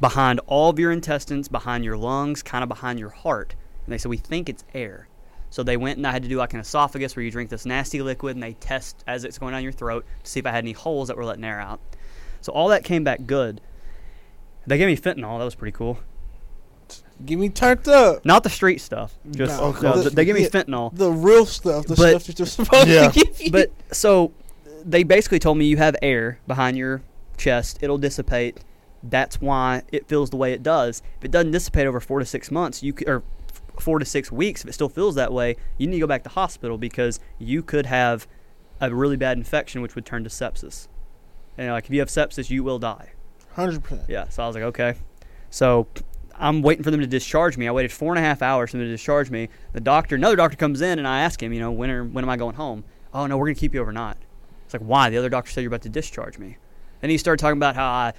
Speaker 1: behind all of your intestines, behind your lungs, kind of behind your heart. And they said we think it's air. So they went and I had to do like an esophagus where you drink this nasty liquid and they test as it's going down your throat to see if I had any holes that were letting air out. So all that came back good. They gave me fentanyl. That was pretty cool.
Speaker 2: Give me turned up.
Speaker 1: Not the street stuff. Just
Speaker 2: No.
Speaker 1: no,
Speaker 3: Okay.
Speaker 1: th- they gave me
Speaker 2: Yeah.
Speaker 1: fentanyl.
Speaker 2: The real stuff. The
Speaker 1: But-
Speaker 2: stuff that you're supposed
Speaker 3: Yeah.
Speaker 2: to give you.
Speaker 1: but so they basically told me you have air behind your chest it'll dissipate that's why it feels the way it does if it doesn't dissipate over four to six months you c- or f- four to six weeks if it still feels that way you need to go back to hospital because you could have a really bad infection which would turn to sepsis and like if you have sepsis you will die
Speaker 2: 100%.
Speaker 1: yeah. So I was like, okay. So I'm waiting for them to discharge me. I waited four and a half hours for them to discharge me. The doctor, another doctor comes in and I ask him, you know, when are, when am I going home? Oh no, we're gonna keep you overnight. It's like why? The other doctor said you're about to discharge me. Then he started talking about how I,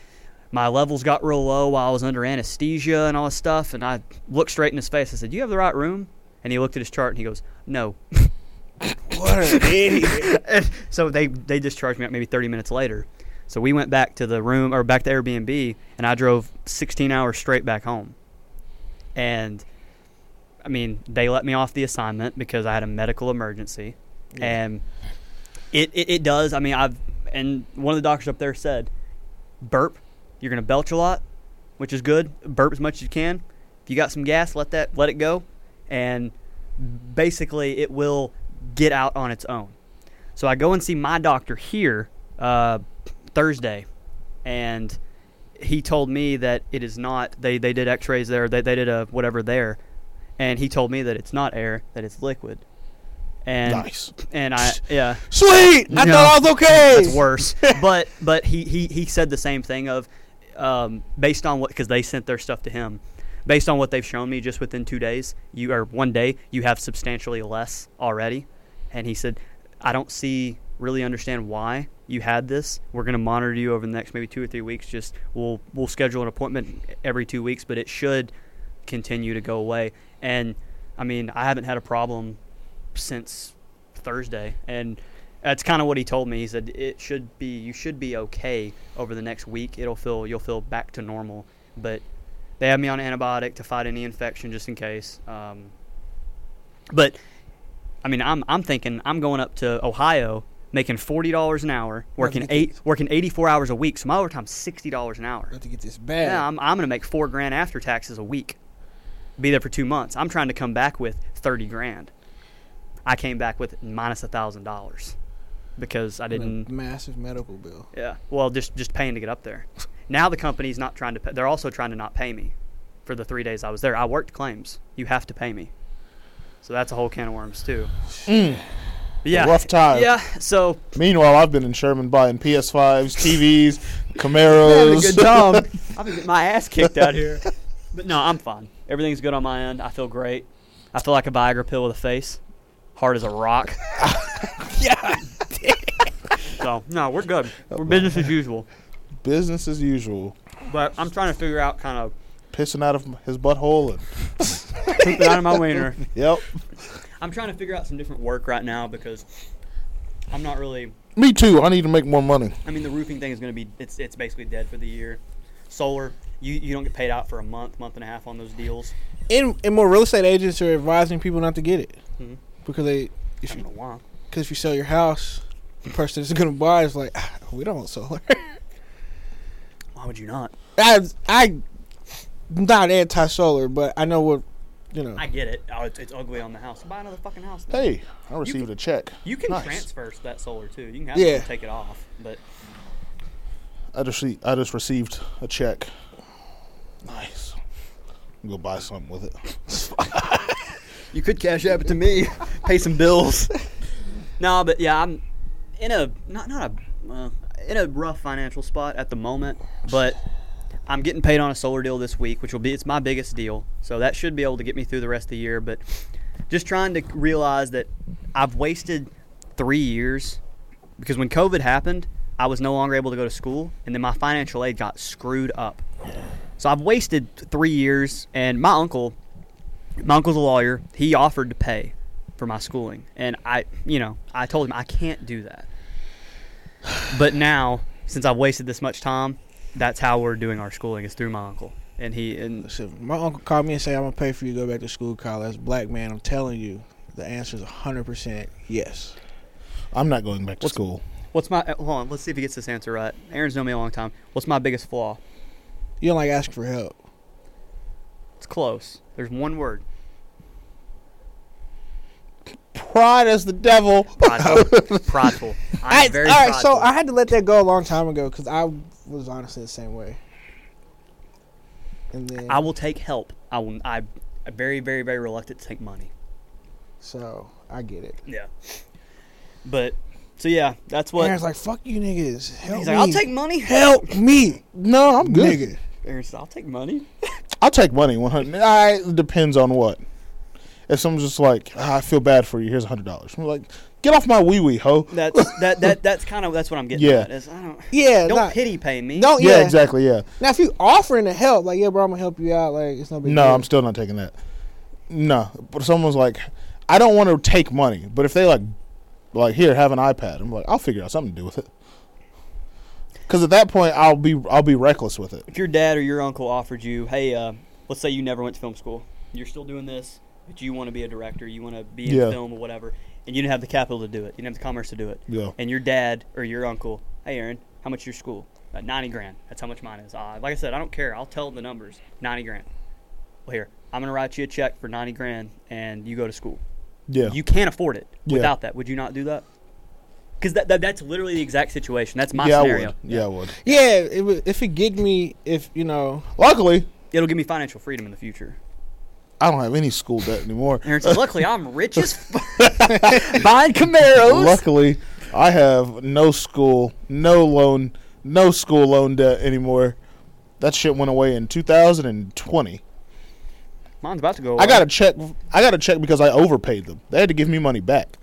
Speaker 1: my levels got real low while I was under anesthesia and all this stuff. And I looked straight in his face. I said, "Do you have the right room?" And he looked at his chart and he goes, "No."
Speaker 2: What an idiot.
Speaker 1: so they they discharged me out maybe 30 minutes later. So we went back to the room or back to Airbnb, and I drove 16 hours straight back home. And I mean, they let me off the assignment because I had a medical emergency,
Speaker 2: Yeah.
Speaker 1: and it, it it does. I mean, I've and one of the doctors up there said, burp. You're gonna belch a lot, which is good. Burp as much as you can. If you got some gas, let that let it go, and basically it will get out on its own. So I go and see my doctor here uh, Thursday, and he told me that it is not. They they did X-rays there. They they did a whatever there, and he told me that it's not air. That it's liquid. And
Speaker 3: nice.
Speaker 1: and I yeah
Speaker 2: Sweet. I
Speaker 1: No.
Speaker 2: thought I was okay.
Speaker 1: that's worse. but but he, he he said the same thing of um, based on what because they sent their stuff to him. Based on what they've shown me, just within two days, you or one day, you have substantially less already. And he said, I don't see really understand why you had this. We're going to monitor you over the next maybe two or three weeks. Just we'll we'll schedule an appointment every two weeks, but it should continue to go away. And I mean, I haven't had a problem since Thursday, and that's kind of what he told me. He said it should be you should be okay over the next week. It'll feel you'll feel back to normal, but they have me on antibiotic to fight any infection just in case. Um, but I mean, I'm I'm thinking I'm going up to Ohio making forty dollars an hour, working eight
Speaker 2: ridiculous.
Speaker 1: working eighty four hours a week, so my overtime's sixty dollars an hour.
Speaker 2: About to get this bad.
Speaker 1: Yeah, I'm, I'm going to make four grand after taxes a week. Be there for two months. I'm trying to come back with thirty grand. I came back with minus a thousand dollars because I
Speaker 2: With a
Speaker 1: didn't.
Speaker 2: massive medical bill.
Speaker 1: Yeah. Well, just just paying to get up there. Now the company's not trying to. Pay, they're also trying to not pay me for the three days I was there. I worked claims. You have to pay me. So that's a whole can of worms too. But yeah.
Speaker 3: Rough time.
Speaker 1: Yeah. So
Speaker 3: Meanwhile, I've been in Sherman buying PS5s, TVs,
Speaker 1: having a
Speaker 3: Camaros.
Speaker 1: good time. I've been getting my ass kicked out here. But no, I'm fine. Everything's good on my end. I feel great. I feel like a Viagra pill with a face. Hard as a rock.
Speaker 2: Yeah.
Speaker 1: So, no, we're good. We're business as usual.
Speaker 3: Business as usual.
Speaker 1: But I'm trying to figure out kind of
Speaker 3: Pissing out of his butthole. And,
Speaker 1: pooping out of my wiener.
Speaker 3: yep.
Speaker 1: I'm trying to figure out some different work right now because I'm not really.
Speaker 3: Me too. I need to make more money.
Speaker 1: I mean, the roofing thing is going to be. It's, it's basically dead for the year. Solar, you, you don't get paid out for a month, month and a half on those deals.
Speaker 2: And, and more real estate agents are advising people not to get it
Speaker 1: Mhm.
Speaker 2: because they
Speaker 1: I
Speaker 2: if
Speaker 1: don't
Speaker 2: you
Speaker 1: know why.
Speaker 2: because if you sell your house, the person that's gonna buy is like, "Ah, we don't want solar.
Speaker 1: Why would you not?
Speaker 2: I I I'm not anti solar, but I know what you know.
Speaker 1: I get it. Oh, it's, it's ugly on the house. Buy another fucking house. then.
Speaker 3: Hey, I received a check.
Speaker 1: You can
Speaker 3: Nice.
Speaker 1: transfer that solar too. You can have
Speaker 2: Yeah.
Speaker 1: them take it off, but
Speaker 3: I just re- I just received a check. Nice. Go buy something with it.
Speaker 1: you could cash app it to me, pay some bills. no, but yeah, I'm in a not not a uh, in a rough financial spot at the moment, but I'm getting paid on a solar deal this week, which will be it's my biggest deal, so that should be able to get me through the rest of the year. But just trying to realize that I've wasted three years because when COVID happened, I was no longer able to go to school, and then my financial aid got screwed up. So I've wasted three years, and my uncle, my uncle's a lawyer. He offered to pay for my schooling, and I, you know, I told him I can't do that. But now, since I've wasted this much time, that's how we're doing our schooling is through my uncle, and he and
Speaker 2: Listen, my uncle called me and said, I'm gonna pay for you to go back to school, Kyle. As a black man, I'm telling you, the answer is 100 percent yes.
Speaker 3: I'm not going back to
Speaker 1: What's-
Speaker 3: school.
Speaker 1: what's my hold on? Let's see if he gets this answer right. Aaron's known me a long time. What's my biggest flaw?
Speaker 2: You don't like asking for help.
Speaker 1: It's close. There's one word.
Speaker 3: Pride is the devil.
Speaker 1: Prideful. prideful. I'm
Speaker 2: I-
Speaker 1: very
Speaker 2: all right,
Speaker 1: prideful.
Speaker 2: so I had to let that go a long time ago because I was honestly the same way. And then,
Speaker 1: I will take help. I will. I, I'm very, very, very reluctant to take money.
Speaker 2: so I get it.
Speaker 1: Yeah. But so yeah, that's what.
Speaker 2: Aaron's like, "Fuck you, niggas. Help
Speaker 1: he's
Speaker 2: me.
Speaker 1: like, I'll take money.
Speaker 2: help me,
Speaker 3: No, I'm good.
Speaker 2: nigga.
Speaker 1: Aaron says, I'll take money.
Speaker 3: I'll take money. One hundred. I it depends on what. If someone's just like, "Ah, I feel bad for you. Here's hundred dollars. I'm like, get off my wee wee, ho.
Speaker 1: That's that that that's kind of that's what I'm getting
Speaker 3: Yeah.
Speaker 1: at. Is I don't
Speaker 2: Yeah,
Speaker 1: don't
Speaker 2: nah,
Speaker 1: pity pay me.
Speaker 2: don't.
Speaker 3: yeah,
Speaker 2: Yeah,
Speaker 3: exactly. Yeah.
Speaker 2: Now, if you offering to help, like, yeah, bro, I'm gonna help you out. Like, it's no big
Speaker 3: No,
Speaker 2: deal.
Speaker 3: I'm still not taking that. No, but if someone's like, I don't want to take money, but if they like, like here, have an iPad. I'm like, I'll figure out something to do with it. Because at that point, I'll be I'll be reckless with it.
Speaker 1: If your dad or your uncle offered you, hey, uh, let's say you never went to film school, you're still doing this, but you want to be a director, you want to be in
Speaker 3: Yeah.
Speaker 1: film or whatever, and you didn't have the capital to do it, you didn't have the commerce to do it,
Speaker 3: Yeah.
Speaker 1: and your dad or your uncle, hey, Aaron, how much your school? Uh, 90 grand. That's how much mine is. Uh, like I said, I don't care. I'll tell the numbers. 90 grand. Well, here, I'm going to write you a check for 90 grand, and you go to school.
Speaker 3: Yeah.
Speaker 1: You can't afford it
Speaker 3: Yeah.
Speaker 1: without that. Would you not do that? Because that, that, that's literally the exact situation. That's my
Speaker 3: yeah, I
Speaker 1: scenario.
Speaker 3: would. Yeah, I would.
Speaker 2: Yeah, it would, if it get me, if you know,
Speaker 3: Luckily,
Speaker 1: It'll give me financial freedom in the future.
Speaker 3: I don't have any school debt anymore.
Speaker 1: Aaron says, "Luckily, I'm rich as f- buying Camaros."
Speaker 3: Luckily, I have no school, no loan, no school loan debt anymore. That shit went away in 2020.
Speaker 1: Mine's about to go.
Speaker 3: I got a check. I got a check because I overpaid them. They had to give me money back.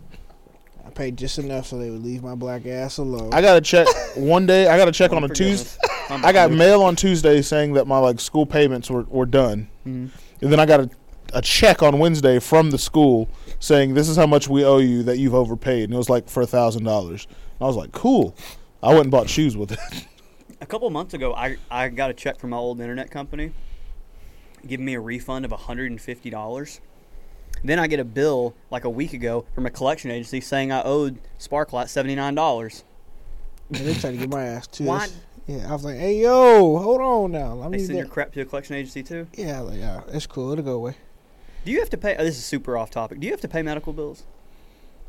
Speaker 2: I paid just enough so they would leave my black ass alone.
Speaker 3: I got a check one day. I got a check on a Tuesday. I got mail on Tuesday saying that my like school payments were, were done,
Speaker 1: Mhm.
Speaker 3: and then I got a, a check on Wednesday from the school saying this is how much we owe you that you've overpaid, and it was like for a thousand dollars. I was like, cool. I went and bought shoes with it.
Speaker 1: a couple months ago. I I got a check from my old internet company, giving me a refund of hundred and fifty dollars. Then I get a bill like a week ago from a collection agency saying I owed Sparklight seventy nine dollars.
Speaker 2: and they tried to get my ass too.
Speaker 1: What?
Speaker 2: Yeah, I was like, hey yo, hold on now. Let
Speaker 1: They
Speaker 2: me.
Speaker 1: send your
Speaker 2: get-"
Speaker 1: crap to a collection agency too.
Speaker 2: yeah, like, yeah, it's cool. It'll go away.
Speaker 1: Do you have to pay? Oh, this is super off topic. Do you have to pay medical bills?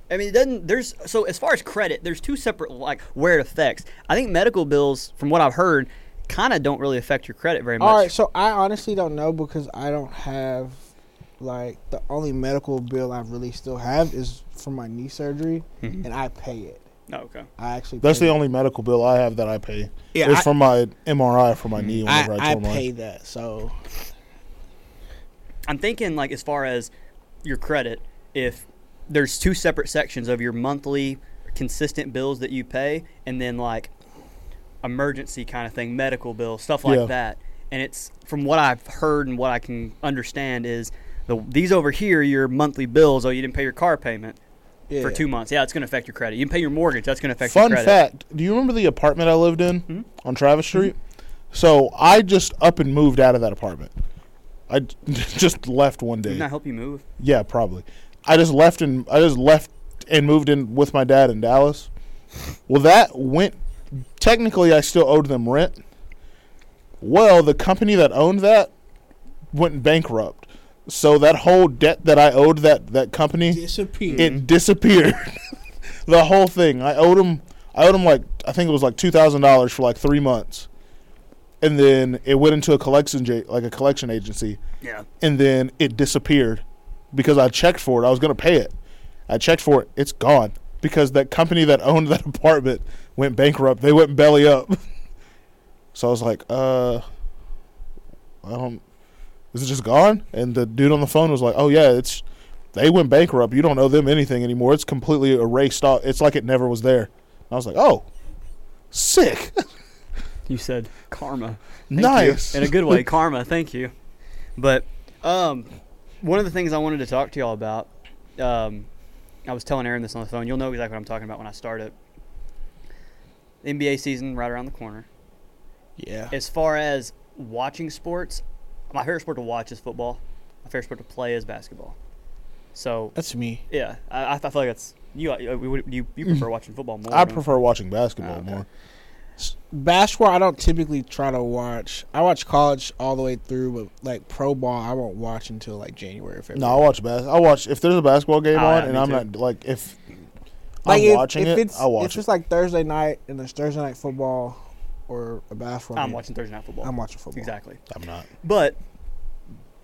Speaker 1: I mean, it doesn't there's so as far as credit, there's two separate like where it affects. I think medical bills, from what I've heard, kind of don't really affect your credit very much.
Speaker 2: All right, so I honestly don't know because I don't have like the only medical bill I really still have is for my knee surgery,
Speaker 1: Mhm.
Speaker 2: and I pay it.
Speaker 1: Oh, okay.
Speaker 2: I actually
Speaker 3: Mm-hmm. That's
Speaker 2: pay
Speaker 3: the only medical bill I have that I pay.
Speaker 2: Yeah,
Speaker 3: it's
Speaker 2: I- Mm-hmm.
Speaker 3: for my MRI for my knee.
Speaker 2: I,
Speaker 3: Whenever I,
Speaker 2: I
Speaker 3: tore mine.
Speaker 2: pay that. So
Speaker 1: I'm thinking like as far as your credit, if there's two separate sections of your monthly consistent bills that you pay, and then like emergency kind of thing, medical bill, stuff like
Speaker 3: Yeah.
Speaker 1: that. And it's from what I've heard and what I can understand is the these over here your monthly bills. Oh, you didn't pay your car payment
Speaker 2: yeah.
Speaker 1: for two months. Yeah, it's going to affect your credit. You didn't pay your mortgage. That's going to affect
Speaker 3: Fun
Speaker 1: your credit. Hmm?
Speaker 3: fact: Do you remember the apartment I lived in on Travis Street? So I just up and moved out of that apartment. I d- just left one day.
Speaker 1: Didn't I help you move?
Speaker 3: Yeah, probably. I just left and I just left and moved in with my dad in Dallas. Well, that went. Technically, I still owed them rent. Well, the company that owned that went bankrupt, so that whole debt that I owed that that company
Speaker 2: disappear.
Speaker 3: it disappeared. the whole thing. I owed him. I owed him like I think it was like two thousand dollars for like three months, and then it went into a collection ja- like a collection agency,
Speaker 1: Yeah.
Speaker 3: and then it disappeared because I checked for it. I was gonna pay it. I checked for it. It's gone because that company that owned that apartment went bankrupt. They went belly up. so I was like, uh, I don't. Is it just gone? And the dude on the phone was like, Oh yeah, it's. They went bankrupt. You don't owe them anything anymore. It's completely erased off. It's like it never was there. And I was like, Oh, sick,
Speaker 1: You said karma. Thank you.
Speaker 3: nice.
Speaker 1: in a good way karma thank you but um, one of the things i wanted to talk to y'all about um, i was telling aaron this on the phone you'll know exactly what i'm talking about when i start it nba season right around the corner
Speaker 2: yeah.
Speaker 1: as far as watching sports my favorite sport to watch is football my favorite sport to play is basketball so
Speaker 2: That's me.
Speaker 1: yeah i, I feel like that's you, uh, you you you prefer watching football more
Speaker 3: I
Speaker 1: don't you?
Speaker 3: prefer watching basketball
Speaker 1: Ah, okay.
Speaker 3: more.
Speaker 2: Basketball, I don't typically try to watch. I watch college all the way through, but like pro ball, I won't watch until like January or February.
Speaker 3: No, I watch bas. I watch if there's a basketball game
Speaker 1: Oh, yeah,
Speaker 3: on, and
Speaker 1: me
Speaker 3: I'm
Speaker 1: too.
Speaker 3: not like if
Speaker 2: like
Speaker 3: I'm
Speaker 2: if,
Speaker 3: watching
Speaker 2: if
Speaker 3: it,
Speaker 2: it's
Speaker 3: I watch
Speaker 2: if
Speaker 3: it.
Speaker 2: it's like Thursday night and there's Thursday night football or a basketball.
Speaker 1: i'm
Speaker 2: game,
Speaker 1: watching thursday night football
Speaker 2: I'm watching football.
Speaker 1: exactly
Speaker 3: I'm not.
Speaker 1: But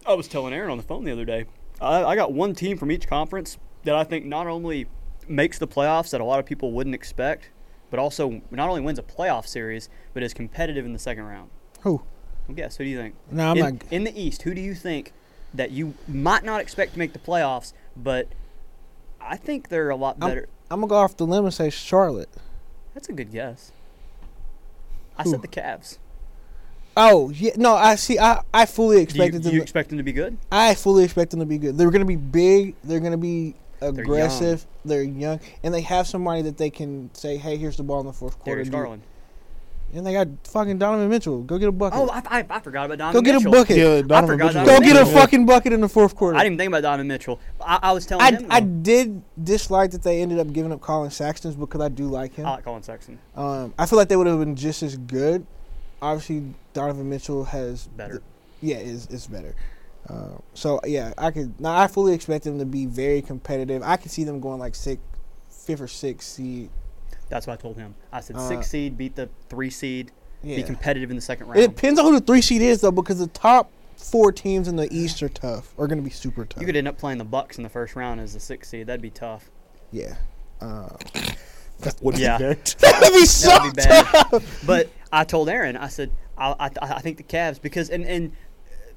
Speaker 1: I was telling Aaron on the phone the other day, I, I got one team from each conference that I think not only makes the playoffs that a lot of people wouldn't expect, but also not only wins a playoff series, but is competitive in the second round.
Speaker 2: Who?
Speaker 1: Well, guess who do you think?
Speaker 2: No, I'm
Speaker 1: in,
Speaker 2: not.
Speaker 1: in the East, who do you think that you might not expect to make the playoffs, but I think they're a lot
Speaker 2: I'm-
Speaker 1: better.
Speaker 2: I'm gonna go off the limb and say Charlotte.
Speaker 1: That's a good guess. I
Speaker 2: Who?
Speaker 1: said the Cavs.
Speaker 2: Oh yeah, no, I see. I, I fully
Speaker 1: Do you,
Speaker 2: expected
Speaker 1: do
Speaker 2: them.
Speaker 1: you
Speaker 2: to,
Speaker 1: expect them to be good?
Speaker 2: I fully expect them to be good. They're gonna be big. They're gonna be
Speaker 1: young.
Speaker 2: aggressive. They're young, and they have somebody that they can say, "Hey, here's the ball in the fourth quarter."
Speaker 1: Darius
Speaker 2: Do-
Speaker 1: Garland.
Speaker 2: And they got fucking Donovan Mitchell. Go get a bucket.
Speaker 1: Oh, I, I, I forgot about Donovan
Speaker 2: Go get
Speaker 1: Mitchell.
Speaker 2: a bucket.
Speaker 3: Yeah, Donovan
Speaker 1: forgot
Speaker 3: Mitchell.
Speaker 2: Go
Speaker 1: Donovan
Speaker 2: get a
Speaker 1: Mitchell.
Speaker 2: fucking bucket in the fourth quarter.
Speaker 1: I didn't even think about Donovan Mitchell. I, I was telling
Speaker 2: I,
Speaker 1: him. oh,
Speaker 2: I
Speaker 1: though.
Speaker 2: did dislike that they ended up giving up Colin Saxton's because I do like him.
Speaker 1: I like Colin Sexton.
Speaker 2: Um, I feel like they would have been just as good. Obviously, Donovan Mitchell has
Speaker 1: Better.
Speaker 2: Yeah, is is better. Uh, so yeah, I could. Now I fully expect them to be very competitive. I could see them going like six, fifth or sixth seed.
Speaker 1: That's what I told him. I said
Speaker 2: Uh,
Speaker 1: six seed, beat the three seed,
Speaker 2: Yeah.
Speaker 1: be competitive in the second round.
Speaker 2: It depends on who the three seed is though, because the top four teams in the East are tough. Are going to be super tough.
Speaker 1: you could end up playing the Bucks in the first round as the six seed. That'd be tough.
Speaker 2: yeah. Uh,
Speaker 3: That would
Speaker 1: Yeah.
Speaker 3: be dirt.
Speaker 2: that'd be so
Speaker 1: That'd be bad.
Speaker 2: tough.
Speaker 1: But I told Aaron, I said, I, I, I think the Cavs because and and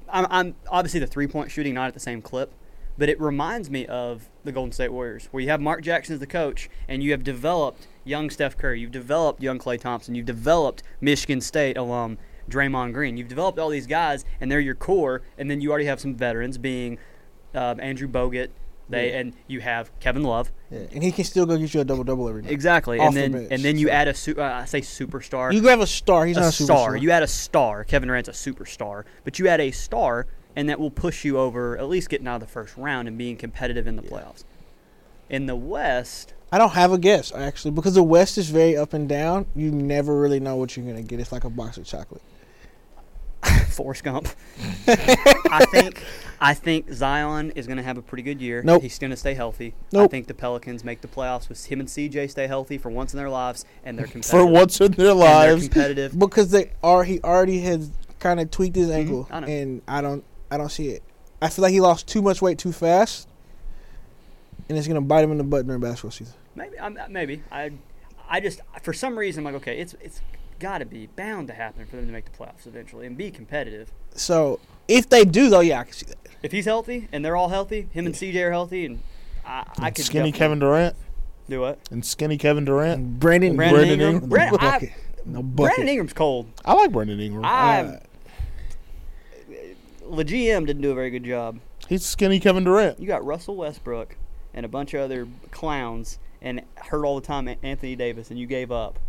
Speaker 1: I'm, I'm obviously the three point shooting not at the same clip, but it reminds me of the Golden State Warriors where you have Mark Jackson as the coach and you have developed young Steph Curry, you've developed young Clay Thompson, you've developed Michigan State alum Draymond Green, you've developed all these guys and they're your core, and then you already have some veterans being um, Andrew Bogut, they
Speaker 2: Yeah.
Speaker 1: and you have Kevin Love.
Speaker 2: Yeah, and he can still go get you a double double every night.
Speaker 1: Exactly,
Speaker 2: Off
Speaker 1: and
Speaker 2: the
Speaker 1: then
Speaker 2: bench,
Speaker 1: and then you
Speaker 2: so.
Speaker 1: add a su- uh, I say superstar.
Speaker 2: You grab a star. He's not
Speaker 1: a
Speaker 2: a
Speaker 1: star.
Speaker 2: superstar.
Speaker 1: You add a star. Kevin Durant's a superstar, but you add a star, and that will push you over at least getting out of the first round and being competitive in the playoffs. In the West,
Speaker 2: I don't have a guess actually because the West is very up and down. You never really know what you're gonna get. It's like a box of chocolate.
Speaker 1: Forrest Gump. I think I think Zion is going to have a pretty good year.
Speaker 2: Nope.
Speaker 1: He's going to stay healthy. I
Speaker 2: Nope.
Speaker 1: think the Pelicans make the playoffs with him and CJ stay healthy for once in their lives, and they're competitive.
Speaker 3: For once in their
Speaker 1: And they're
Speaker 3: lives.
Speaker 1: competitive.
Speaker 2: because they are he already has kind of tweaked his ankle
Speaker 1: Mm-hmm. I know.
Speaker 2: and I don't I don't see it. I feel like he lost too much weight too fast, and it's gonna bite him in the butt during basketball season.
Speaker 1: Maybe, I'm, uh, maybe I, I just for some reason I'm like, okay, it's it's got to be bound to happen for them to make the playoffs eventually and be competitive.
Speaker 2: So if they do though, yeah, I can see that.
Speaker 1: If he's healthy and they're all healthy, him and CJ are healthy, and I, I could definitely
Speaker 3: skinny Kevin Durant
Speaker 1: do it.
Speaker 3: and skinny Kevin Durant.
Speaker 2: And Brandon,
Speaker 1: Brandon,
Speaker 3: Brandon
Speaker 1: Ingram,
Speaker 3: Ingram.
Speaker 1: Brandon, I-
Speaker 2: bucket. No bucket.
Speaker 1: Brandon Ingram's cold.
Speaker 3: I like Brandon Ingram.
Speaker 1: I,
Speaker 2: Uh,
Speaker 1: the GM didn't do a very good job.
Speaker 3: He's skinny Kevin Durant.
Speaker 1: You got Russell Westbrook and a bunch of other clowns and hurt all the time Anthony Davis, and you gave up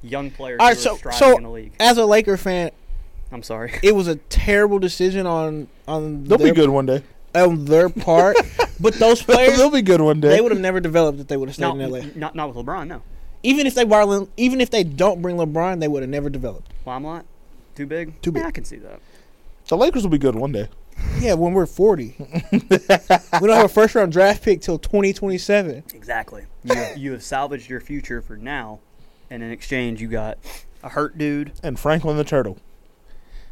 Speaker 1: young players
Speaker 2: All
Speaker 1: who
Speaker 2: right,
Speaker 1: are
Speaker 2: so
Speaker 1: striving
Speaker 2: so
Speaker 1: in the league.
Speaker 2: as a Laker fan,
Speaker 1: I'm sorry.
Speaker 2: it was a terrible decision on on
Speaker 3: They'll
Speaker 2: their,
Speaker 3: be good one day.
Speaker 2: on their part, but those players
Speaker 3: They'll be good one day.
Speaker 2: they would have never developed if they would have stayed
Speaker 1: Not,
Speaker 2: in LA.
Speaker 1: not not with LeBron, no.
Speaker 2: Even if they were, even if they don't bring LeBron, they would have never developed.
Speaker 1: Limelight, too big.
Speaker 2: Too
Speaker 1: Yeah,
Speaker 2: big.
Speaker 1: I can see that.
Speaker 3: the Lakers will be good one day.
Speaker 2: Yeah, when we're 40. we don't have a first round draft pick till 2027.
Speaker 1: Exactly. You have, you have salvaged your future for now, and in exchange, you got a hurt dude,
Speaker 3: And Franklin the Turtle.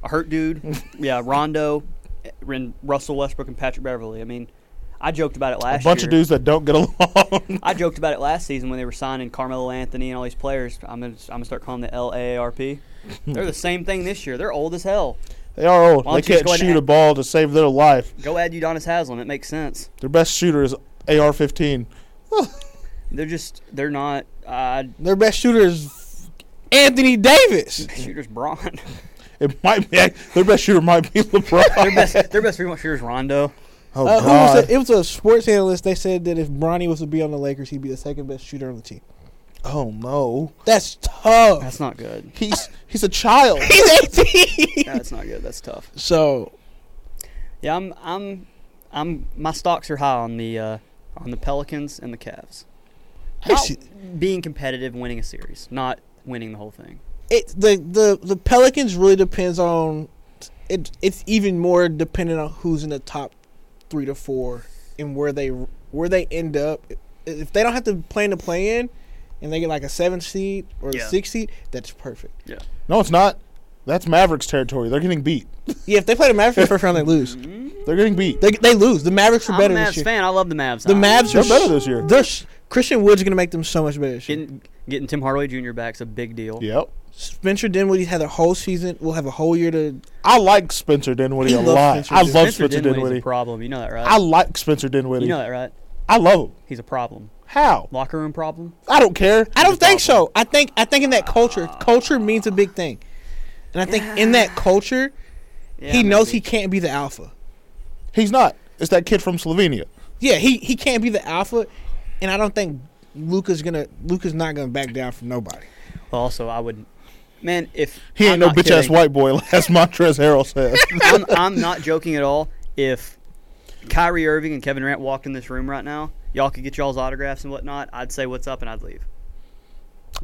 Speaker 1: a hurt dude. yeah, Rondo, and Russell Westbrook, and Patrick Beverly. I mean, I joked about it last.
Speaker 3: A bunch
Speaker 1: year.
Speaker 3: of dudes that don't get along.
Speaker 1: I joked about it last season when they were signing Carmelo Anthony and all these players. I'm gonna, I'm gonna start calling them the LAARP. They're the same thing this year. They're old as hell.
Speaker 3: they are old.
Speaker 1: Why don't
Speaker 3: They
Speaker 1: you just
Speaker 3: can't
Speaker 1: go ahead and
Speaker 3: shoot a
Speaker 1: add-
Speaker 3: ball to save their life.
Speaker 1: Go add Udonis Haslam. It makes sense.
Speaker 3: Their best shooter is AR 15.
Speaker 1: They're just they're not uh,
Speaker 2: Their best shooter is Anthony Davis.
Speaker 1: shooters. Braun.
Speaker 3: It might be their best shooter might be LeBron.
Speaker 1: their best their best three point shooter is Rondo.
Speaker 3: oh
Speaker 2: Uh, who was
Speaker 3: God!
Speaker 2: it? it was a sports analyst. They said that if Bronny was to be on the Lakers, he'd be the second best shooter on the team.
Speaker 3: Oh no!
Speaker 2: That's tough.
Speaker 1: That's not good.
Speaker 3: He's he's a child.
Speaker 2: He's 18.
Speaker 1: That's not good. That's tough.
Speaker 2: So,
Speaker 1: Yeah, I'm I'm I'm my stocks are high on the uh, on the Pelicans and the Cavs. Not being competitive, winning a series, not winning the whole thing.
Speaker 2: it the the the Pelicans really depends on it. It's even more dependent on who's in the top three to four and where they where they end up. If they don't have to plan to play in, and they get like a seven seed or
Speaker 1: Yeah.
Speaker 2: a six seed, that's perfect.
Speaker 3: No, it's not. That's Mavericks territory. They're getting beat.
Speaker 2: Yeah, if they play the Mavericks in the first round, they lose.
Speaker 3: They're getting beat.
Speaker 2: They they lose. The Mavericks are
Speaker 1: I'm a
Speaker 2: better
Speaker 1: Mavs
Speaker 2: this year.
Speaker 1: fan. I love the Mavs.
Speaker 2: The
Speaker 1: I-
Speaker 2: Mavs
Speaker 3: They're
Speaker 2: are
Speaker 3: better this year.
Speaker 2: They're s- Christian Wood's gonna make them so much better. This year.
Speaker 1: Getting getting Tim Hardaway Jr. back's a big deal.
Speaker 3: Yep.
Speaker 2: Spencer Dinwiddie had a whole season. Will have a whole year to.
Speaker 3: I like Spencer Dinwiddie
Speaker 2: He
Speaker 3: a
Speaker 2: loves
Speaker 3: lot.
Speaker 2: Spencer
Speaker 3: I
Speaker 2: Dinwiddie.
Speaker 3: love Spencer
Speaker 1: Dinwiddie's
Speaker 3: Dinwiddie.
Speaker 1: a problem. You know that, right?
Speaker 3: I like Spencer Dinwiddie.
Speaker 1: you know that, right?
Speaker 3: I love him.
Speaker 1: He's a problem.
Speaker 3: How?
Speaker 1: Locker room problem.
Speaker 3: I don't care.
Speaker 2: I don't think so. I think I think in that culture, culture means a big thing, and I think in that culture,
Speaker 1: Yeah,
Speaker 2: he knows he
Speaker 1: maybe.
Speaker 2: can't be the alpha.
Speaker 3: He's not. It's that kid from Slovenia.
Speaker 2: Yeah, he he can't be the alpha, and I don't think Luca's gonna Luca's not gonna back down from nobody.
Speaker 1: Well, also, I would man, if
Speaker 3: He
Speaker 1: I'm
Speaker 3: ain't no
Speaker 1: not
Speaker 3: bitch ass
Speaker 1: kidding,
Speaker 3: white boy, as Montrez Harrell says.
Speaker 1: I'm, I'm not joking at all. If Kyrie Irving and Kevin Durant walked in this room right now, y'all could get y'all's autographs and whatnot. I'd say what's up and I'd leave.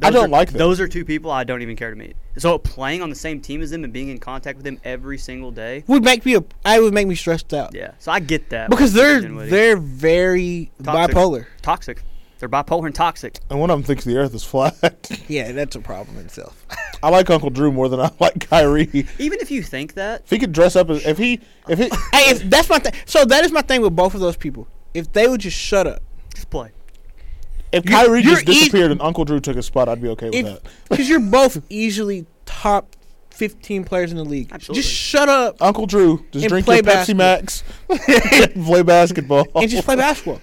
Speaker 3: I don't
Speaker 1: are,
Speaker 3: like them.
Speaker 1: Those are two people I don't even care to meet. So playing on the same team as them and being in contact with them every single day,
Speaker 2: would make me a, I would make me stressed out
Speaker 1: yeah. So I get that
Speaker 2: because they're
Speaker 1: Dinwiddie.
Speaker 2: they're very
Speaker 1: Toxic.
Speaker 2: bipolar.
Speaker 1: toxic. They're bipolar and toxic.
Speaker 3: and one of them thinks the earth is flat.
Speaker 2: Yeah, that's a problem in itself.
Speaker 3: I like Uncle Drew more than I like Kyrie. If
Speaker 1: Even if you think that,
Speaker 3: he could dress up as if he if he
Speaker 2: hey, if that's my thing. So that is my thing with both of those people. If they would just shut up,
Speaker 1: just play.
Speaker 3: if Kyrie
Speaker 2: you're
Speaker 3: just
Speaker 2: eas-
Speaker 3: disappeared and Uncle Drew took his spot, I'd be okay with that.
Speaker 2: because you're both easily top fifteen players in the league.
Speaker 1: Absolutely.
Speaker 2: Just shut up
Speaker 3: Uncle Drew, just
Speaker 2: And
Speaker 3: drink
Speaker 2: play
Speaker 3: your Pepsi
Speaker 2: basketball.
Speaker 3: Max, and play basketball.
Speaker 2: and just play basketball.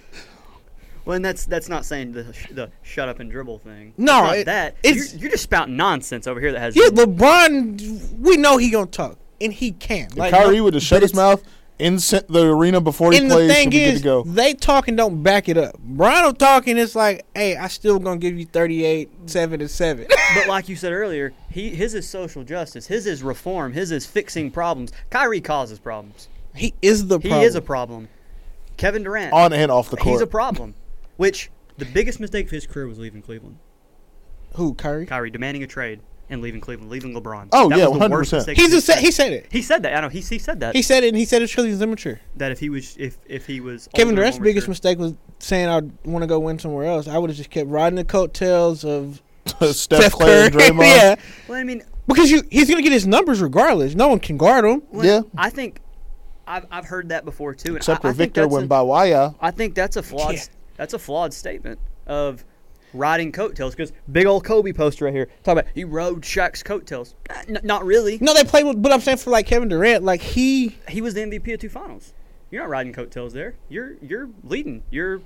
Speaker 1: Well, and that's that's not saying the, sh- the shut up and dribble thing.
Speaker 2: No,
Speaker 1: it's not
Speaker 2: it-
Speaker 1: that
Speaker 2: it's-
Speaker 1: you're, you're just spouting nonsense over here. That has
Speaker 2: Yeah, LeBron, we know he gonna talk, and he can.
Speaker 3: If Kyrie
Speaker 2: no-
Speaker 3: would just shut
Speaker 2: but
Speaker 3: his
Speaker 2: it's-
Speaker 3: mouth in se- the arena before he
Speaker 2: And the
Speaker 3: plays,
Speaker 2: thing
Speaker 3: he'd be good
Speaker 2: is,
Speaker 3: to go.
Speaker 2: they talk and don't back it up. Brian will talk and it's like, hey, I still gonna give you 38, 7 and 7.
Speaker 1: But like you said earlier, he his is social justice. His is reform. His is fixing problems. Kyrie causes problems.
Speaker 2: he is the
Speaker 1: He
Speaker 2: problem.
Speaker 1: is a problem. Kevin Durant,
Speaker 3: on and off the court.
Speaker 1: he's a problem. Which the biggest mistake of his career was leaving Cleveland.
Speaker 2: Who, Kyrie?
Speaker 1: Kyrie demanding a trade and leaving Cleveland, leaving LeBron.
Speaker 3: Oh,
Speaker 1: that
Speaker 3: yeah,
Speaker 1: was the worst
Speaker 3: 100%.
Speaker 1: mistake
Speaker 2: He's
Speaker 1: of
Speaker 2: a,
Speaker 1: his
Speaker 2: sa-
Speaker 1: career.
Speaker 2: he said it.
Speaker 1: He said that. I know. He, he said that.
Speaker 2: He said it, and he said it because he was immature.
Speaker 1: that if he was if if he was
Speaker 2: Kevin
Speaker 1: older and
Speaker 2: Durant's
Speaker 1: more
Speaker 2: biggest
Speaker 1: mature-
Speaker 2: mistake was saying I want to go win somewhere else. I would have just kept riding the coattails of
Speaker 3: Steph,
Speaker 2: Steph
Speaker 3: Clay,
Speaker 2: Curry.
Speaker 3: and Draymond.
Speaker 2: yeah,
Speaker 1: Well, I mean,
Speaker 2: because you he's gonna get his numbers regardless. No one can guard him.
Speaker 1: well,
Speaker 3: Yeah.
Speaker 1: I think I've I've heard that before too. and
Speaker 3: Except
Speaker 1: I, I
Speaker 3: for
Speaker 1: think
Speaker 3: Victor
Speaker 1: that's a-
Speaker 3: Wembanyama.
Speaker 1: I think that's a flawed
Speaker 2: Yeah.
Speaker 1: that's a flawed statement of riding coattails because big old Kobe poster right here talk about he rode Shaq's coattails. Uh, n- not really.
Speaker 2: No, they play with. But I'm saying for like Kevin Durant, like he
Speaker 1: He was the MVP of two finals. You're not riding coattails there. You're you're leading. You're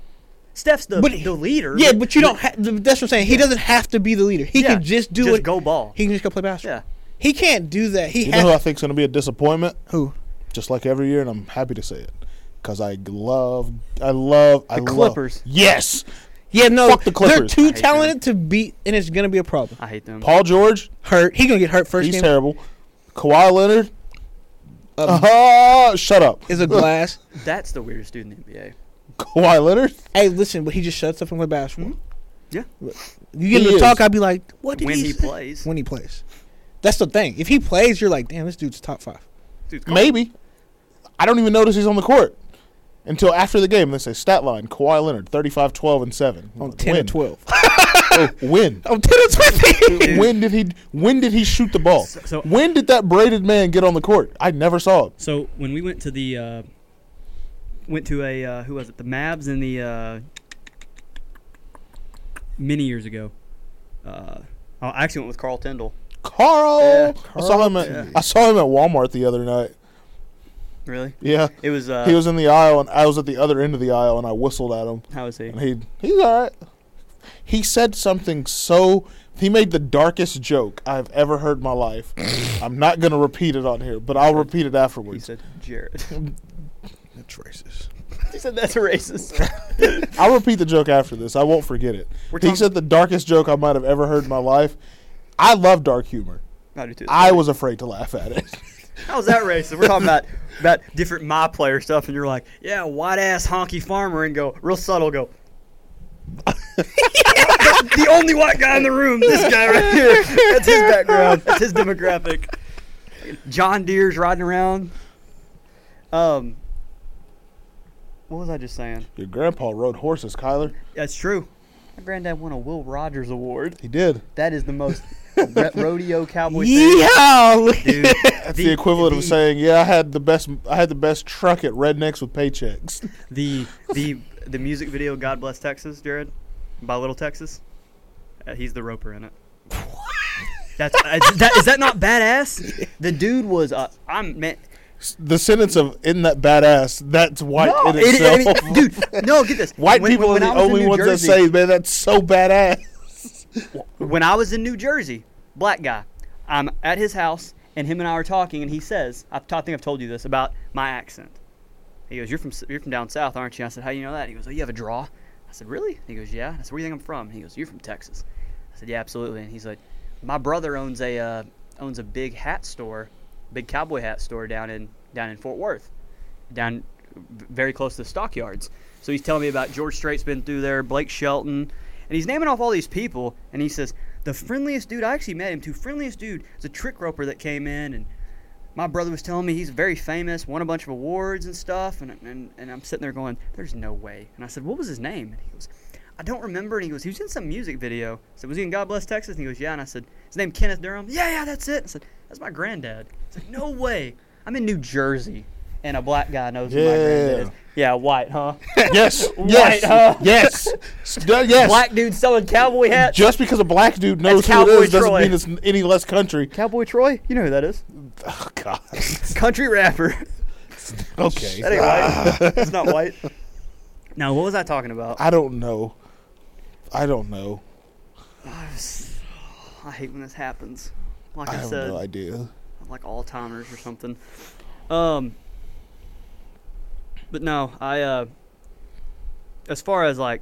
Speaker 1: Steph's the,
Speaker 2: But-
Speaker 1: the leader.
Speaker 2: Yeah, but you don't. Ha- th- that's what I'm saying. He doesn't have to be the leader. He
Speaker 1: Yeah,
Speaker 2: can just do
Speaker 1: just
Speaker 2: it.
Speaker 1: go ball.
Speaker 2: He can just go play basketball.
Speaker 1: yeah.
Speaker 2: He can't do that. He
Speaker 3: You know
Speaker 2: has
Speaker 3: who I think's going to be a disappointment?
Speaker 2: who?
Speaker 3: Just like every year, and I'm happy to say it. Because I love, I love, I
Speaker 1: The
Speaker 3: love-
Speaker 1: Clippers.
Speaker 3: Yes.
Speaker 2: Yeah, no.
Speaker 3: Fuck the
Speaker 2: They're
Speaker 3: Clippers.
Speaker 2: too
Speaker 1: hate them.
Speaker 2: talented to beat, and it's gonna be a problem.
Speaker 1: I hate them.
Speaker 3: Paul George,
Speaker 2: Hurt. He gonna get hurt first
Speaker 3: he's
Speaker 2: game.
Speaker 3: terrible. Kawhi Leonard,
Speaker 2: Um,
Speaker 3: uh, shut up.
Speaker 2: Is a glass.
Speaker 1: That's the weirdest dude in the NBA.
Speaker 3: Kawhi Leonard?
Speaker 2: hey, listen, but he just shuts up and play basketball.
Speaker 1: Yeah.
Speaker 2: You get
Speaker 3: He
Speaker 2: him to
Speaker 3: is.
Speaker 2: talk, I'd be like, what did
Speaker 1: When
Speaker 2: he,
Speaker 1: he
Speaker 2: say?
Speaker 1: plays,
Speaker 2: When he plays. That's the thing. If he plays, you're like, damn, this dude's top five.
Speaker 1: Dude's gone.
Speaker 3: Maybe. I don't even notice he's on the court until after the game. They say stat line Kawhi Leonard 35 12 and 7.
Speaker 2: On ten
Speaker 3: when?
Speaker 2: or twelve.
Speaker 3: Oh, when?
Speaker 2: on ten or twenty.
Speaker 1: Dude.
Speaker 3: When did he when did he shoot the ball?
Speaker 1: So- so-
Speaker 3: when did that braided man get on the court? I never saw it.
Speaker 1: So when we went to the uh, went to a uh, who was it? The Mavs and the uh, many years ago. Uh, oh, I actually went with Carl Tyndall.
Speaker 3: Carl.
Speaker 1: Yeah,
Speaker 3: I saw him at
Speaker 1: Carl.
Speaker 3: I saw him at Walmart the other night.
Speaker 1: Really?
Speaker 3: Yeah.
Speaker 1: It was. Uh,
Speaker 3: he was in the aisle and I was at the other end of the aisle and I whistled at him
Speaker 1: How was he?
Speaker 3: and he he's all right. He said something so he made the darkest joke I've ever heard in my life. I'm not going to repeat it on here, but I'll repeat it
Speaker 1: He
Speaker 3: afterwards.
Speaker 1: said Jared.
Speaker 2: That's racist.
Speaker 1: he said that's racist.
Speaker 3: I'll repeat the joke after this. I won't forget it.
Speaker 1: We're
Speaker 3: He
Speaker 1: talking-
Speaker 3: said the darkest joke I might have ever heard in my life. I love dark humor.
Speaker 1: I do too.
Speaker 3: I was afraid to laugh at it.
Speaker 1: How's that racist? We're talking about about different my player stuff, and you're like, yeah, white ass honky farmer, and go real subtle, go. the only white guy in the room, this guy right here. That's his background. That's his demographic. John Deere's riding around. Um, what was I just saying?
Speaker 3: Your grandpa rode horses, Kyler.
Speaker 1: That's true. My granddad won a Will Rogers Award.
Speaker 3: He did.
Speaker 1: That is the most re- rodeo cowboy thing.
Speaker 2: Yeehaw!
Speaker 1: Dude,
Speaker 3: That's the, equivalent of saying, "Yeah, I had the best. I had the best truck at Rednecks with paychecks."
Speaker 1: the the the music video "God Bless Texas," Jared, by Little Texas. Uh, he's the roper in it. That's uh, is that, is that not badass? The dude was uh, I'm man.
Speaker 3: The sentence of "Isn't that badass?" That's white
Speaker 1: No,
Speaker 3: in
Speaker 1: it- it-
Speaker 3: itself.
Speaker 1: I mean, dude, no, get this.
Speaker 3: White
Speaker 1: When-
Speaker 3: people
Speaker 1: when I
Speaker 3: are the
Speaker 1: was in
Speaker 3: only
Speaker 1: New
Speaker 3: ones
Speaker 1: Jersey-
Speaker 3: that say, "Man, that's so badass."
Speaker 1: when I was in New Jersey, black guy, I'm at his house and him and I are talking, and he says, I've, I think I've told you this about my accent. He goes, "You're from s- you're from down south, aren't you?" I said, "How do you know that?" He goes, "Oh, you have a draw." I said, "Really?" He goes, "Yeah." I said, "Where do you think I'm from?" He goes, "You're from Texas." I said, "Yeah, absolutely." And he's like, my brother owns a uh, owns a big hat store, big cowboy hat store down in down in Fort Worth, down v- very close to the stockyards. So he's telling me about George Strait's been through there, Blake Shelton, and he's naming off all these people. And he says the friendliest dude I actually met him to friendliest dude is a trick roper that came in and. My brother was telling me he's very famous, won a bunch of awards and stuff, and, and, and I'm sitting there going, "There's no way." And I said, "What was his name?" And he goes, I don't remember. And he goes, he was in some music video. I said, was he in God Bless Texas? And he goes, yeah. And I said, his name Kenneth Durham. Yeah, yeah, that's it. I said, that's my granddad. I said, no way. I'm in New Jersey, and a black guy knows who my granddad is.
Speaker 3: Yeah.
Speaker 1: Yeah, white, huh?
Speaker 3: yes,
Speaker 1: White,
Speaker 3: yes,
Speaker 1: huh?
Speaker 3: yes, S- uh, yes.
Speaker 1: black dude selling cowboy hats.
Speaker 3: Just because a black dude
Speaker 1: That's
Speaker 3: knows who it
Speaker 1: Cowboy
Speaker 3: is doesn't
Speaker 1: Troy.
Speaker 3: mean it's n- any less country.
Speaker 1: Cowboy Troy, you know who that is?
Speaker 3: Oh God.
Speaker 1: Country rapper.
Speaker 3: okay.
Speaker 1: That ain't white. That's not white. No, what was I talking about?
Speaker 3: I don't know. I don't know.
Speaker 1: I hate when this happens. Like
Speaker 3: I
Speaker 1: I,
Speaker 3: have
Speaker 1: said,
Speaker 3: no idea.
Speaker 1: like Alzheimer's or something. Um, but no, I uh, as far as like